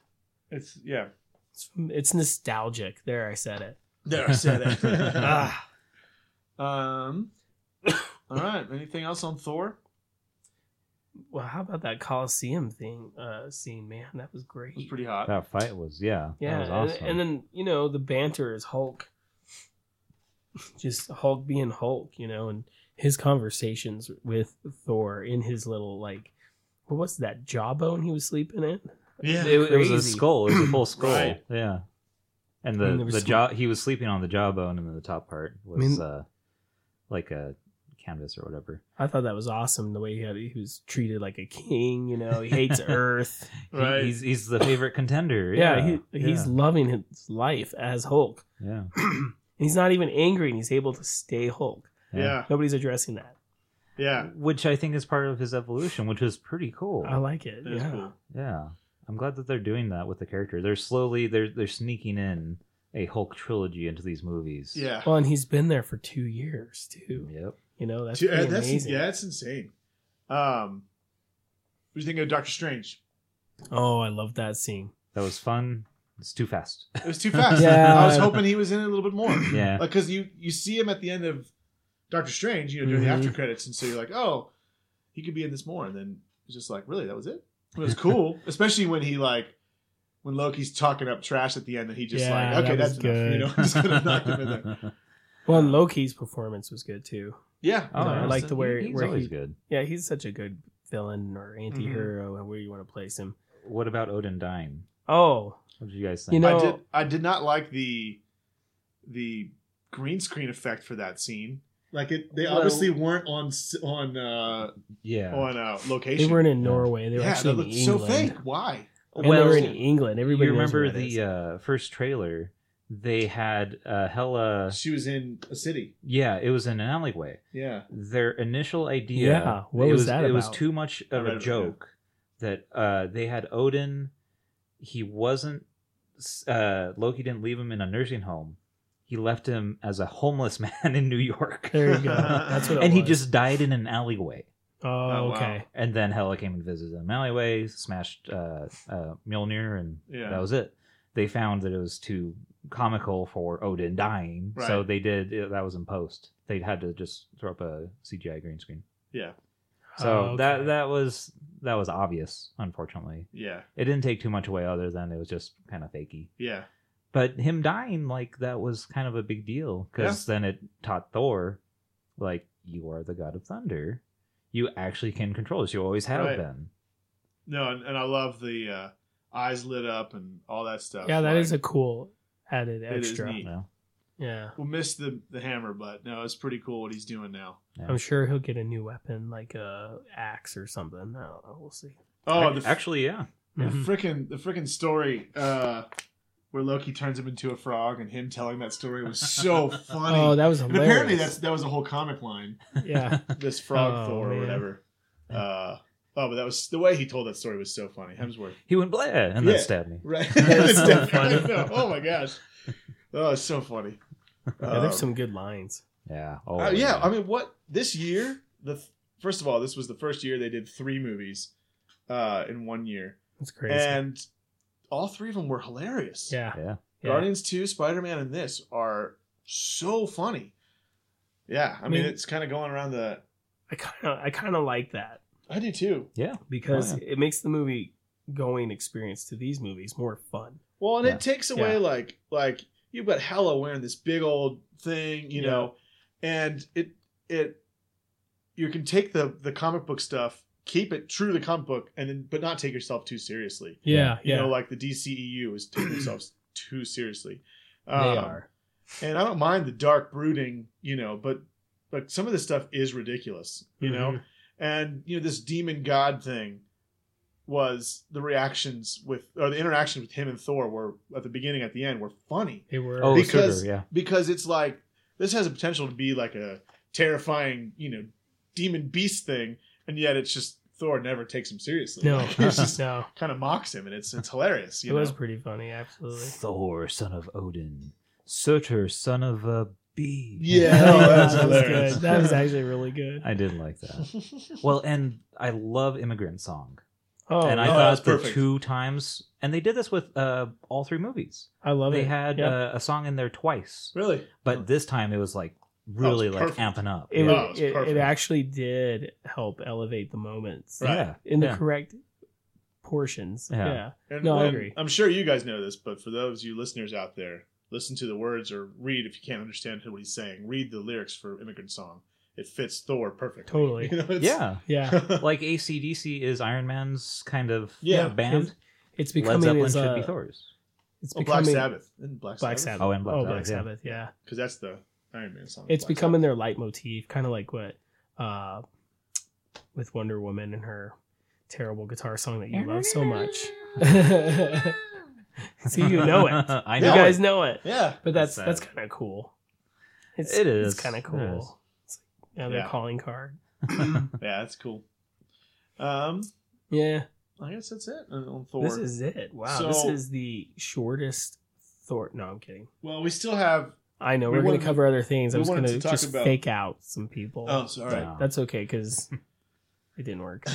S2: it's yeah.
S1: It's, it's nostalgic. There, I said it.
S2: There, I said it. Ah. Um. All right. Anything else on Thor?
S1: Well, how about that Coliseum thing uh, scene, man? That was great.
S2: It was pretty hot.
S3: That fight was yeah.
S1: yeah,
S3: That was
S1: and-
S3: awesome.
S1: and, then you know the banter is Hulk, just Hulk being Hulk, you know, and his conversations with Thor in his little like, what was that jawbone he was sleeping in?
S2: Yeah.
S3: it, it was a
S1: Crazy.
S3: skull. It was a full skull.
S2: Right.
S3: Yeah.
S1: And
S3: And the
S1: there was
S3: the
S1: some-
S3: jaw he was sleeping on the jawbone, and then the top part was
S1: mean-
S3: uh, like a canvas or whatever.
S1: I thought that was awesome the way he had he was treated like a king. You know, he hates Earth.
S3: He-
S2: Right.
S3: he's he's the favorite contender.
S1: Yeah,
S3: Yeah.
S1: he, he's
S3: yeah.
S1: loving his life as Hulk.
S3: yeah.
S1: And he's not even angry, and he's able to stay Hulk.
S2: yeah.
S1: Nobody's addressing that.
S2: Yeah.
S3: Which I think is part of his evolution, which is pretty cool.
S1: I like it.
S2: That was
S1: yeah.
S2: cool.
S3: Yeah, I'm glad that they're doing that with the character. They're slowly they're they're sneaking in a Hulk trilogy into these movies.
S2: Yeah.
S1: Well, and he's been there for two years too.
S3: Yep.
S1: You know, that's
S2: Dude,
S1: pretty
S2: uh, that's
S1: amazing.
S2: yeah, that's insane. Um, what do you think of Doctor Strange?
S1: Oh, I love that scene.
S3: That was fun. It's too fast.
S2: It was too fast.
S1: Yeah.
S2: I was hoping he was in it a little bit more.
S3: Yeah.
S2: because you you see him at the end of Doctor Strange, you know, during
S1: Mhm.
S2: the after credits, and so you're like, oh, he could be in this more, and then it's just like, really, that was it. It was cool, especially when he like when Loki's talking up trash at the end, and he just
S1: Yeah,
S2: like, okay,
S1: that was
S2: that's enough, you know, I'm just gonna knock him in there.
S1: Well,
S2: Uh,
S1: and Loki's performance was good too.
S2: Yeah,
S3: Oh,
S1: No, I
S3: yeah.
S1: like the way-
S3: He- he's
S1: where
S3: always
S1: he-
S3: good.
S1: Yeah, he's such a good villain or anti-hero,
S2: Mm-hmm.
S1: where you want to place him.
S3: What about Odin dying?
S1: Oh,
S3: What did you guys think?
S1: You know-
S2: I did. I did not like the the green screen effect for that scene. Like it, they
S3: Well-
S2: obviously weren't on s- on uh,
S3: yeah.
S1: oh,
S2: on uh, location.
S1: they weren't in
S3: Yeah.
S1: Norway; they were
S2: yeah,
S1: actually
S2: that
S1: in
S2: looked so
S1: England.
S2: fake. Why?
S1: And
S3: Well,
S1: they were in England. Everybody
S3: you
S1: knows
S3: remember
S1: where that is.
S3: the uh, first trailer? They had uh, Hella.
S2: She was in a city.
S3: Yeah, it was in an alleyway.
S2: Yeah,
S3: their initial idea
S1: Yeah, what
S3: it
S1: was that
S3: it was
S1: about?
S3: too much
S2: I
S3: of
S2: read
S3: a
S2: it,
S3: joke that uh they had odin he wasn't uh loki didn't leave him in a nursing home he left him as a homeless man in new york
S1: There you go. That's what. It
S3: and he
S1: was.
S3: just died in an alleyway
S1: Oh,
S2: Oh, wow.
S1: okay.
S3: and then hela came and visited him alleyway smashed uh uh mjolnir and
S2: yeah.
S3: that was it they found that it was too comical for odin dying so
S2: Right.
S3: they did that was in post they had to just throw up a cgi green screen so
S1: Oh, okay.
S3: that that was that was obvious. Unfortunately,
S2: yeah,
S3: it didn't take too much away, other than it was just kind of fakey.
S2: yeah,
S3: But him dying like that was kind of a big deal because then it taught Thor, like you are the god of thunder, you actually can control this. You always have
S2: Right.
S3: been.
S2: No, and, and I love the uh, eyes lit up and all that stuff.
S1: yeah, that
S2: Like,
S1: is a cool added
S2: is
S1: extra.
S2: neat.
S3: You know?
S1: Yeah,
S2: We'll miss the the hammer, but no, it's pretty cool what he's doing now.
S1: I'm sure he'll get a new weapon, like a axe or something. I don't know. We'll see.
S2: Oh,
S3: Ac-
S2: the, actually,
S3: actually, yeah,
S2: the
S1: Mhm.
S2: frickin' the frickin' story uh, where Loki turns him into a frog, and him telling that story was so funny.
S1: Oh, that was
S2: and
S1: hilarious.
S2: apparently, that's that was a whole comic line.
S1: yeah.
S2: This frog
S1: Oh,
S2: Thor
S1: man.
S2: or whatever. Uh, oh, but that was the way he told that story was so funny. Hemsworth,
S3: he went blah and
S2: Yeah.
S3: then stabbed me.
S2: right?
S3: That's so
S2: It's
S3: funny.
S2: definitely- no, oh my gosh, oh, it's so funny.
S1: Yeah,
S2: Um,
S1: there's some good lines.
S3: Yeah. Oh,
S2: Uh, yeah, I mean, what this year? The th- first of all, this was the first year they did three movies uh, in one year,
S1: It's crazy.
S2: and all three of them were hilarious.
S1: yeah.
S3: yeah.
S1: yeah.
S2: Guardians Two, Spider Man, and this are so funny. Yeah, I,
S1: I
S2: mean,
S1: mean-
S2: it's kind of going around the.
S1: I kind of I kind of like that
S2: I do too.
S1: because
S3: Oh,
S1: it makes the movie going experience to these movies more fun.
S2: Well, and
S3: Yeah.
S2: it takes away
S1: Yeah.
S2: like like you've got Hella wearing this big old thing, you
S1: Yeah.
S2: know, and it it you can take the the comic book stuff, keep it true to the comic book, and then but not take yourself too seriously.
S1: Yeah,
S2: You know, like the DCEU is taking themselves too seriously.
S1: they
S2: Um,
S1: are.
S2: And I don't mind the dark brooding, you know, but like some of this stuff is ridiculous, you know?
S1: Mm-hmm.
S2: And, you know, this demon god thing was the reactions with, or the interaction with him and Thor were at the beginning, at the end, were funny
S1: They were.
S3: Oh,
S2: because-
S3: super, yeah.
S2: because it's like this has a potential to be like a terrifying, you know, demon beast thing. And yet it's just Thor never takes him seriously.
S1: no,
S2: Like, it's just
S1: no,
S2: kind of mocks him and it's, it's hilarious.
S1: it
S2: You know?
S1: was pretty funny. Absolutely.
S3: Thor, son of Odin. Surtur, son of a bee.
S2: Yeah, no, that
S1: that
S2: was
S1: was
S2: hilarious.
S1: good. That was actually really good.
S3: I did like that. Well, and I love immigrant song.
S1: Oh,
S3: and I
S2: no, that's
S3: thought the
S2: perfect.
S3: two times, and they did this with uh, all three movies.
S1: I
S2: Oh,
S1: love
S3: they
S1: it.
S3: had
S1: Yeah.
S3: uh, a song in there twice,
S2: Really?
S3: but this time it was like really like
S2: Oh. perfect.
S3: amping up.
S1: it,
S3: yeah.
S2: Oh,
S1: was,
S2: it's
S1: it, it
S2: perfect.
S1: actually did help elevate the moments
S2: Right.
S3: yeah.
S1: in the
S3: yeah.
S1: correct portions.
S3: Yeah.
S1: yeah.
S2: And,
S1: No, I
S2: and
S1: agree.
S2: I'm sure you guys know this, but for those of you listeners out there, listen to the words or read if you can't understand what he's saying. Read the lyrics for Immigrant Song. It fits Thor perfectly.
S1: Totally.
S2: You know, it's-
S3: Yeah.
S1: Yeah.
S3: Like ACDC is Iron Man's kind of
S2: Yeah.
S3: band.
S1: It's
S3: Led
S1: becoming
S3: Zeppelin
S1: his,
S3: should
S1: uh,
S3: be Thor's.
S1: it's
S2: oh, Black
S1: becoming
S2: Sabbath. Isn't Black,
S1: Black Sabbath.
S3: Oh, and Black
S1: oh,
S3: Sabbath,
S1: Black
S3: yeah.
S1: Sabbath. Yeah.
S2: Because that's the Iron Man song.
S1: It's
S2: Black
S1: becoming their
S2: Sabbath.
S1: leitmotif, kind of like what uh, with Wonder Woman and her terrible guitar song that you love so much. See, you know it.
S3: I
S1: You
S3: know.
S1: guys
S3: it.
S1: know it.
S2: Yeah.
S1: But that's
S3: That's
S1: that's
S3: sad.
S1: kind of cool. It's,
S3: It
S1: It's
S3: is.
S1: kind of
S3: It
S1: cool.
S3: is.
S1: It's like another
S2: Yeah.
S1: calling card.
S2: Yeah, that's cool. Um,
S1: Yeah.
S2: I guess that's it on on Thor.
S1: This is it. Wow. this
S2: So-
S1: is the shortest Thor. No, I'm kidding.
S2: well, we still have.
S1: I know
S2: We
S1: we're going
S2: wanted
S1: to
S2: to-
S1: cover other things. I
S2: we
S1: was going
S2: wanted
S1: to
S2: to talk
S1: just
S2: about-
S1: fake out some people.
S2: Oh, sorry.
S3: Yeah.
S1: That's okay because it didn't work.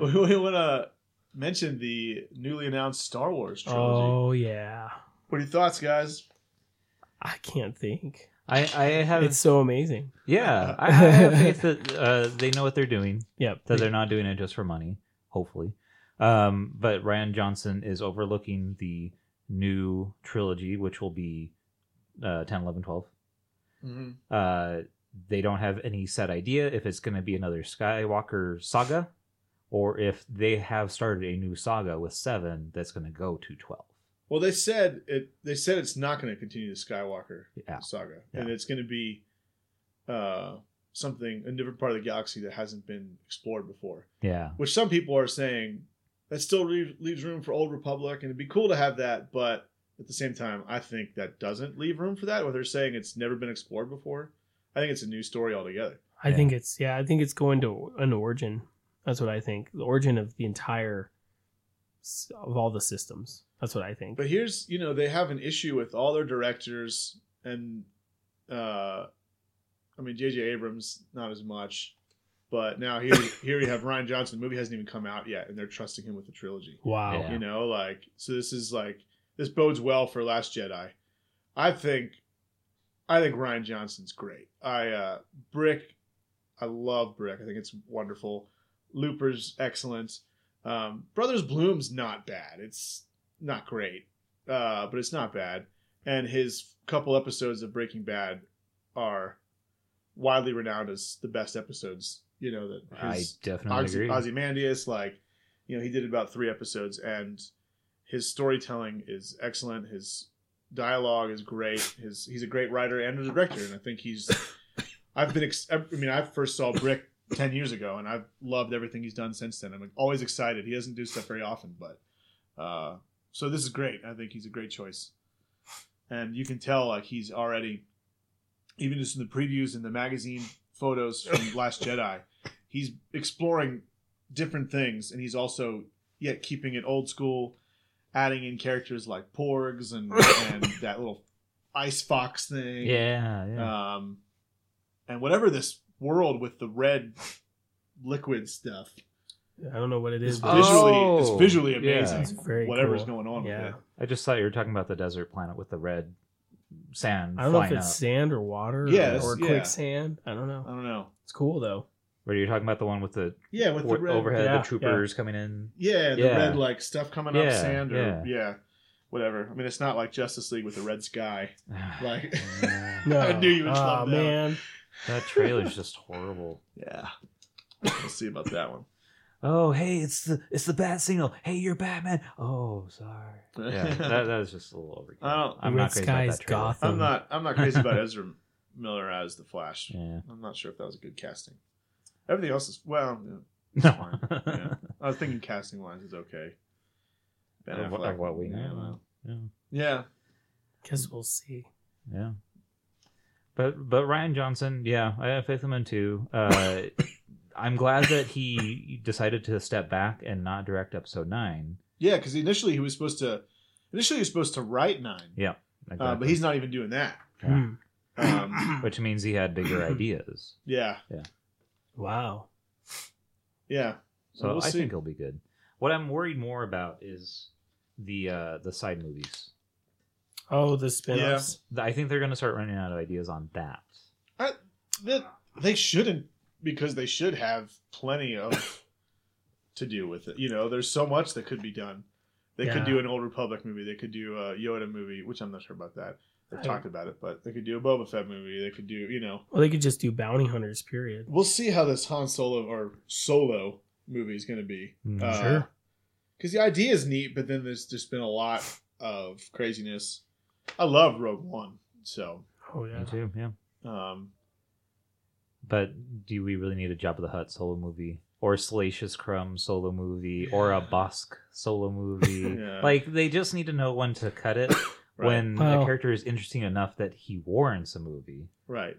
S2: we want to mention the newly announced Star Wars trilogy.
S1: Oh yeah,
S2: What are your thoughts, guys?
S1: I can't think.
S3: I, I
S2: Uh,
S3: have
S1: It's so amazing.
S3: yeah. I, I have faith that uh, they know what they're doing.
S1: Yep.
S3: That they're not doing it just for money. Hopefully, um, but Ryan Johnson is overlooking the new trilogy, which will be uh, 10, 11, 12.
S2: Mm-hmm.
S3: Uh, they don't have any set idea if it's going to be another Skywalker saga, or if they have started a new saga with seven that's going to go to twelve.
S2: Well, they said it. They said it's not going to continue the Skywalker
S3: Yeah.
S2: saga,
S3: Yeah.
S2: and it's going to be uh, something a different part of the galaxy that hasn't been explored before.
S3: Yeah.
S2: Which some people are saying that still re- leaves room for Old Republic, and it'd be cool to have that. But at the same time, I think that doesn't leave room for that. Where they're saying it's never been explored before, I think it's a new story altogether.
S1: I think it's yeah. I think it's going to an origin. That's what I think. The origin of the entire s- of all the systems. That's what I think.
S2: But here's, you know, they have an issue with all their directors, and uh, I mean, J.J. Abrams not as much, but now here, here you have Ryan Johnson. The movie hasn't even come out yet, and they're trusting him with the trilogy.
S1: wow.
S3: Yeah.
S2: You know, like so this is like this bodes well for Last Jedi. I think, I think Ryan Johnson's great. I uh, Brick, I love Brick. I think it's wonderful. Looper's excellent. Um, Brothers Bloom's not bad. It's not great, uh, but it's not bad. And his couple episodes of Breaking Bad are widely renowned as the best episodes. You know that
S3: I
S2: his-
S3: definitely
S2: Ozy-
S3: agree.
S2: Ozymandias, like, you know, he did about three episodes, and his storytelling is excellent. His dialogue is great. His he's a great writer and a director, and I think he's. I've been. Ex- I mean, I first saw Brick ten years ago, and I've loved everything he's done since then. I'm always excited. He doesn't do stuff very often, but uh, so this is great. I think he's a great choice, and you can tell like he's already, even just in the previews and the magazine photos from Last Jedi, he's exploring different things and he's also yet keeping it old school adding in characters like porgs and, and that little ice fox thing
S3: Yeah. Yeah.
S2: um and whatever this world with the red liquid stuff
S1: I don't know what it
S2: is
S1: is.
S2: visually
S1: but
S3: Oh,
S2: it's visually amazing
S3: yeah.
S1: It's very
S2: whatever's
S1: cool.
S2: going on
S1: Yeah.
S2: with it
S3: I just thought you were talking about the desert planet with the red sand
S1: I don't know if
S3: flying
S1: it's
S3: up. Uh,
S1: sand or water.
S2: Yeah,
S1: Or,
S2: it's-
S1: or
S2: yeah.
S1: quicksand. I don't
S2: i
S1: know.
S2: don't know
S1: It's cool though.
S3: Or you're talking about the one with the,
S2: yeah with
S3: or-
S2: the red
S3: overhead,
S1: Yeah,
S3: the troopers coming in.
S2: yeah the
S3: Yeah.
S2: red like stuff coming up
S3: Yeah,
S2: sand or
S3: yeah.
S2: yeah whatever i mean it's not like justice league with the red sky Like-
S3: Yeah.
S1: No.
S2: I knew you would
S1: oh,
S2: slow down.
S1: man.
S3: that trailer's just horrible.
S2: yeah we'll see about that one
S3: Oh, hey, it's the it's the bat signal. Hey, you're Batman. Oh, sorry. Yeah, that, that was just a little overkill.
S2: I don't-
S3: I'm
S1: Red
S3: not crazy about
S1: Sky's
S3: that trailer.
S1: Gotham.
S2: I'm not. I'm not crazy about Ezra Miller as the Flash.
S3: Yeah.
S2: I'm not sure if that was a good casting. Everything else is well. yeah,
S3: No.
S2: fine. Yeah. I was thinking casting wise is okay. Ben
S3: Of what-
S2: Affleck,
S3: of what we
S2: yeah,
S3: know.
S2: well.
S3: yeah.
S2: Yeah.
S1: Guess we'll see.
S3: Yeah. But but Ryan Johnson, yeah, I have faith in him too. Uh, I'm glad that he decided to step back and not direct episode nine.
S2: Yeah, because initially he was supposed to. Initially he was supposed to write nine,
S3: Yeah,
S2: uh, but
S3: exactly.
S2: he's not even doing that.
S3: Yeah.
S1: Hmm.
S2: Um,
S3: which means he had bigger ideas.
S2: yeah,
S1: Wow.
S2: yeah.
S3: So
S2: we'll
S3: I
S2: see.
S3: think he'll be good. What I'm worried more about is the uh, the side movies.
S1: Oh, the spin-offs.
S3: I think they're going to start running out of ideas on that.
S2: That they shouldn't because they should have plenty of to do with it. You know, there's so much that could be done. They
S1: Yeah.
S2: could do an old Republic movie. They could do a Yoda movie, which I'm not sure about that. They
S1: I-
S2: have talked about it, but they could do a Boba Fett movie. They could do, you know,
S1: Well, they could just do bounty hunters. Period.
S2: we'll see how this Han Solo or Solo movie is going to be.
S3: Mm,
S1: sure.
S2: Because the idea is neat, but then there's just been a lot of craziness. I love Rogue One, so
S1: Oh yeah.
S3: Uh, Me too. Yeah.
S2: um,
S3: But do we really need a Job of the Hutt solo movie or Salacious Crumb solo movie or a
S2: Yeah.
S3: Bosk solo movie?
S2: Yeah.
S3: Mm. Like they just need to know when to cut it
S2: right,
S3: when
S1: Well-
S3: a character is interesting enough that he warrants a movie.
S2: right,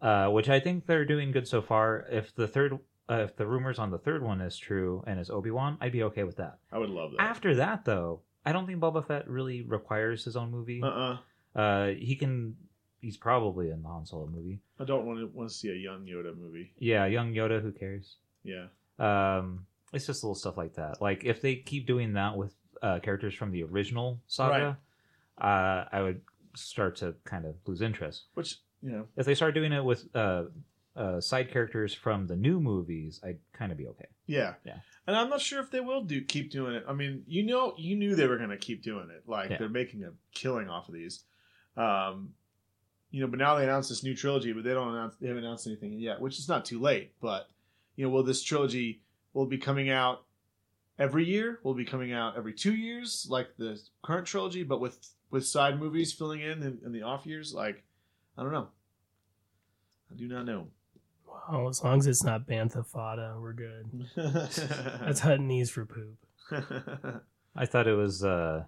S3: Uh, which I think they're doing good so far. If the third uh, if the rumors on the third one is true and is Obi-Wan, I'd be okay with that.
S2: I would love that.
S3: After that though, I don't think Boba Fett really requires his own movie.
S2: uh-uh.
S3: Uh, he can he's probably in the Han Solo movie.
S2: I don't want to want to see a young Yoda movie.
S3: Yeah, young Yoda, who cares?
S2: Yeah,
S3: um it's just little stuff like that like if they keep doing that with uh characters from the original saga uh i would start to kind of lose interest
S2: which you know,
S3: if they start doing it with uh uh, side characters from the new movies, I'd kind of be okay.
S2: yeah,
S3: Yeah.
S2: And I'm not sure if they will do keep doing it. I mean, you know, you knew they were going to keep doing it. Like
S3: Yeah.
S2: they're making a killing off of these. Um, you know, but now they announced this new trilogy, but they don't announce they haven't announced anything yet, which is not too late. But you know, will this trilogy will be coming out every year? Will it be coming out every two years, like the current trilogy, but with with side movies filling in in, in the off years? Like, I don't know. I do not know.
S1: Well, as long as it's not bantha fada, we're good. That's
S2: That's
S1: hut knees for poop.
S3: I thought it was uh,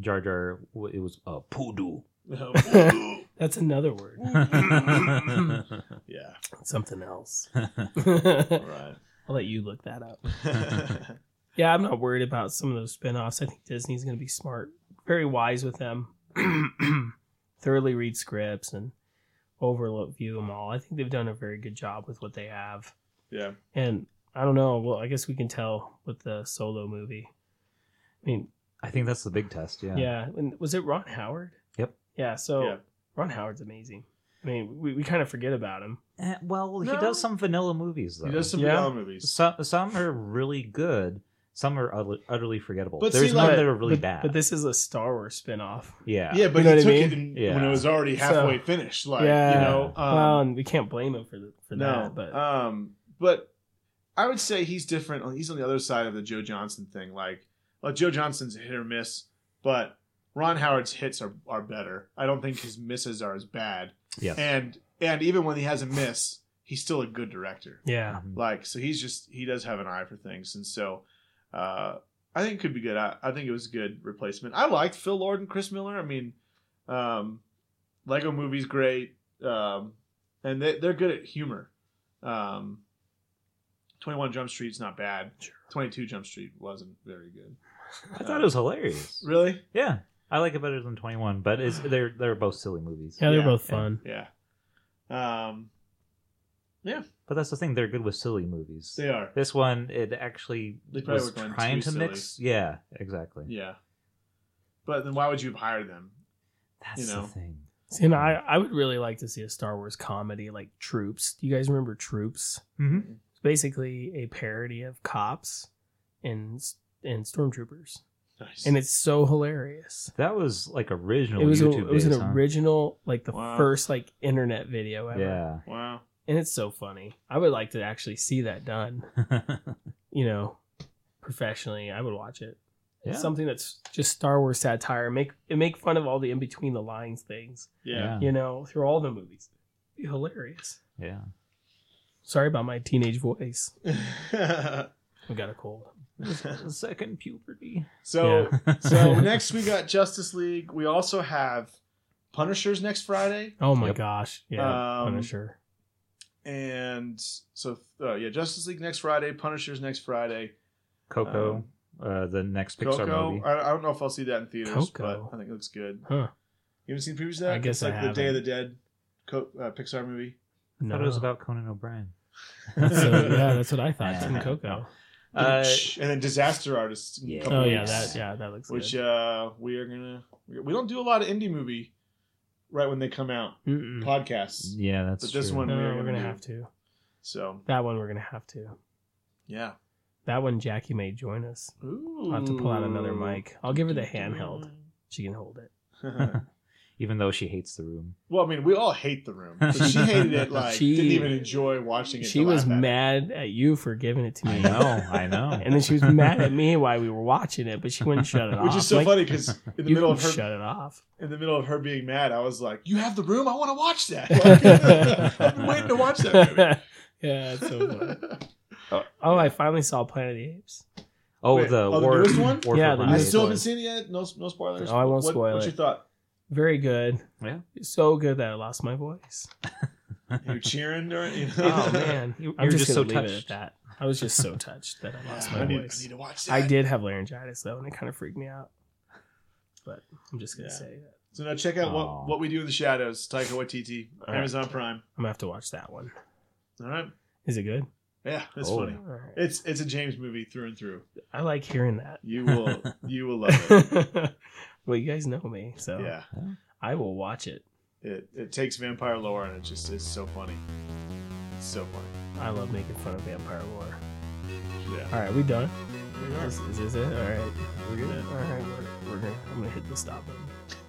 S3: Jar Jar. It was uh, Poodoo.
S2: Oh.
S1: That's another word.
S2: yeah.
S1: Something else.
S3: I
S1: I'll
S2: Right.
S1: let you look that up. Yeah, I'm not worried about some of those spin-offs. I think Disney's going to be smart, very wise with them. Thoroughly read scripts and overlook view them all. I think they've done a very good job with what they have.
S2: yeah.
S1: And I don't know. Well, I guess we can tell with the solo movie. I mean,
S3: think that's the big test. Yeah.
S1: yeah. And was it Ron Howard?
S3: Yep.
S1: Yeah. So
S2: Yeah.
S1: Ron Howard's amazing. I mean, we, we kind of forget about him.
S3: Eh, well,
S2: No.
S3: he does some vanilla movies though.
S2: He does some
S1: Yeah.
S2: Beyond movies.
S3: Some some are really good. Some are ut- utterly forgettable.
S2: But
S3: There's
S2: see,
S3: none
S2: like-
S3: that are really
S1: but,
S3: bad.
S1: But this is a Star Wars spinoff.
S3: yeah,
S2: Yeah, but
S1: You know
S2: he
S1: what
S2: took
S1: I
S2: it in,
S3: Yeah.
S2: when it was already halfway
S1: So-
S2: finished. Like
S1: Yeah.
S2: you know, um,
S1: well, and we can't blame him for the, for
S2: no,
S1: that. But
S2: um, but I would say he's different. He's on the other side of the Joe Johnson thing. Like, well, Joe Johnson's hit or miss, but Ron Howard's hits are, are better. I don't think his misses are as bad.
S3: Yes.
S2: And and even when he has a miss, he's still a good director.
S1: yeah,
S3: Mhm.
S2: like so he's just he does have an eye for things and so uh i think it could be good i, I think it was a good replacement i liked phil lord and chris miller i mean um lego movie's great um and they, they're good at humor um 21 jump street's not bad
S1: Sure.
S2: 22 jump street wasn't very good
S3: I thought it was hilarious.
S2: really
S3: Yeah, I like it better than Twenty One, but it's, they're they're both silly movies.
S1: yeah, they're
S2: yeah,
S1: both fun.
S2: yeah um
S3: But that's the thing; they're good with silly movies.
S2: they are
S3: This one, it actually
S2: They probably
S3: was
S2: were going
S3: trying
S2: too
S3: to mix. Yeah, exactly.
S2: yeah but then why would you have hired them
S3: That's
S2: You know.
S3: the thing.
S1: See, and I, I would really like to see a Star Wars comedy like Troops. Do you guys remember Troops?
S3: Mhm.
S1: It's basically a parody of cops and and stormtroopers,
S2: nice
S1: and it's so hilarious.
S3: That was like original
S1: It was a,
S3: YouTube.
S1: it was an
S3: days, huh?
S1: original like the
S2: Wow.
S1: first like internet video ever,
S3: Yeah.
S2: wow
S1: and it's so funny. I would like to actually see that done, you know, professionally. I would watch it.
S3: yeah.
S1: It's something that's just Star Wars satire. Make and make fun of all the in between the lines things,
S2: yeah,
S1: you know, through all the movies. It'd be hilarious.
S3: Yeah.
S1: Sorry about my teenage voice.
S2: yeah.
S1: We got a cold.
S3: Second puberty.
S2: so
S3: Yeah.
S2: So next we got Justice League. We also have Punishers next Friday,
S1: Oh my
S3: Yep.
S1: gosh. Yeah.
S2: Um,
S1: Punisher.
S2: and so uh, yeah, Justice League next Friday, Punishers next Friday,
S3: Coco,
S2: um,
S3: uh, the next Pixar
S2: Coco.
S3: movie.
S2: I, I don't know if I'll see that in theaters,
S1: Coco.
S2: but I think it looks good.
S1: Huh.
S2: You haven't seen previews of that?
S1: I guess
S2: it's like
S1: I
S2: the Day of the
S1: haven't.
S2: Dead Co- uh, Pixar movie.
S3: I
S1: No.
S3: thought it was about Conan O'Brien.
S1: so, yeah, that's what I thought. Team
S3: Yeah.
S1: Coco.
S3: Uh,
S2: and then disaster artists. in a
S4: Yeah.
S2: couple
S1: Oh yeah,
S2: weeks,
S1: that yeah, that looks
S2: Which
S1: good.
S2: uh, we are gonna. We don't do a lot of indie movie right when they come out
S1: Mm-mm.
S2: podcasts.
S3: yeah, that's
S2: But this
S3: true.
S2: one-
S1: No,
S2: we're
S1: we're gonna
S2: gonna do-
S1: have to.
S2: So
S1: That one we're gonna have to.
S2: yeah.
S1: That one Jackie may join us.
S2: Ooh.
S1: I'll have to pull out another mic. I'll give her the handheld. She can hold it.
S2: uh,
S3: even though she hates the room.
S2: well, I mean, we all hate the room. But she hated it. Like
S1: She-
S2: didn't even enjoy watching it.
S1: She
S2: to
S1: was
S2: laugh at it.
S1: mad at you for giving it to
S3: I
S1: me.
S3: know, I know.
S1: And then she was mad at me while we were watching it, but she wouldn't shut it off.
S2: Which is so
S1: Like,
S2: funny 'cause funny because in the
S1: you
S2: middle
S1: can
S2: of her
S1: shut it off.
S2: in the middle of her being mad, I was like, "You have the room. I want to watch that. Like, I've been waiting to watch that movie."
S1: yeah, it's so funny. Oh, I finally saw Planet of the Apes.
S3: Oh,
S2: Wait,
S3: the
S2: oh, the
S3: war,
S2: newest one?
S3: War
S1: Yeah,
S3: for
S1: the
S2: I
S3: Life.
S1: newest
S2: still
S1: one.
S2: haven't seen it yet. No, no spoilers.
S1: No, I won't
S2: What-
S1: spoil
S2: What's
S1: it.
S2: your thought?
S1: Very good.
S3: Yeah.
S1: So good that I lost my voice.
S2: You cheering during? You know?
S1: Oh man, you, I'm
S3: were
S1: just,
S3: just
S1: gonna
S3: so
S1: leave it
S3: touched.
S1: at that. I was just so touched that I lost
S2: Yeah,
S1: my
S2: I, need, I
S1: voice.
S2: need to watch that.
S1: I did have laryngitis though, and it kind of freaked me out. But I'm just gonna
S2: Yeah.
S1: say that
S2: So now check out
S3: Aw.
S2: what, what we do in the shadows. Taika Waititi,
S1: All right.
S2: Amazon Prime.
S1: I'm gonna have to watch that one.
S2: All right.
S1: Is it good?
S2: Yeah, that's
S3: Oh.
S2: funny.
S1: All right.
S2: It's it's a James movie through and through.
S1: I like hearing that.
S2: You will you will love it.
S1: well, you guys know me, so
S2: Yeah.
S1: I will watch it.
S2: It it takes vampire lore and it just is so funny. It's so funny.
S1: I love making fun of vampire lore.
S2: Yeah.
S1: All right, we done.
S2: We are.
S1: This, is this it? All right, we're gonna. All right, we're, we're gonna. I'm gonna hit the stop button.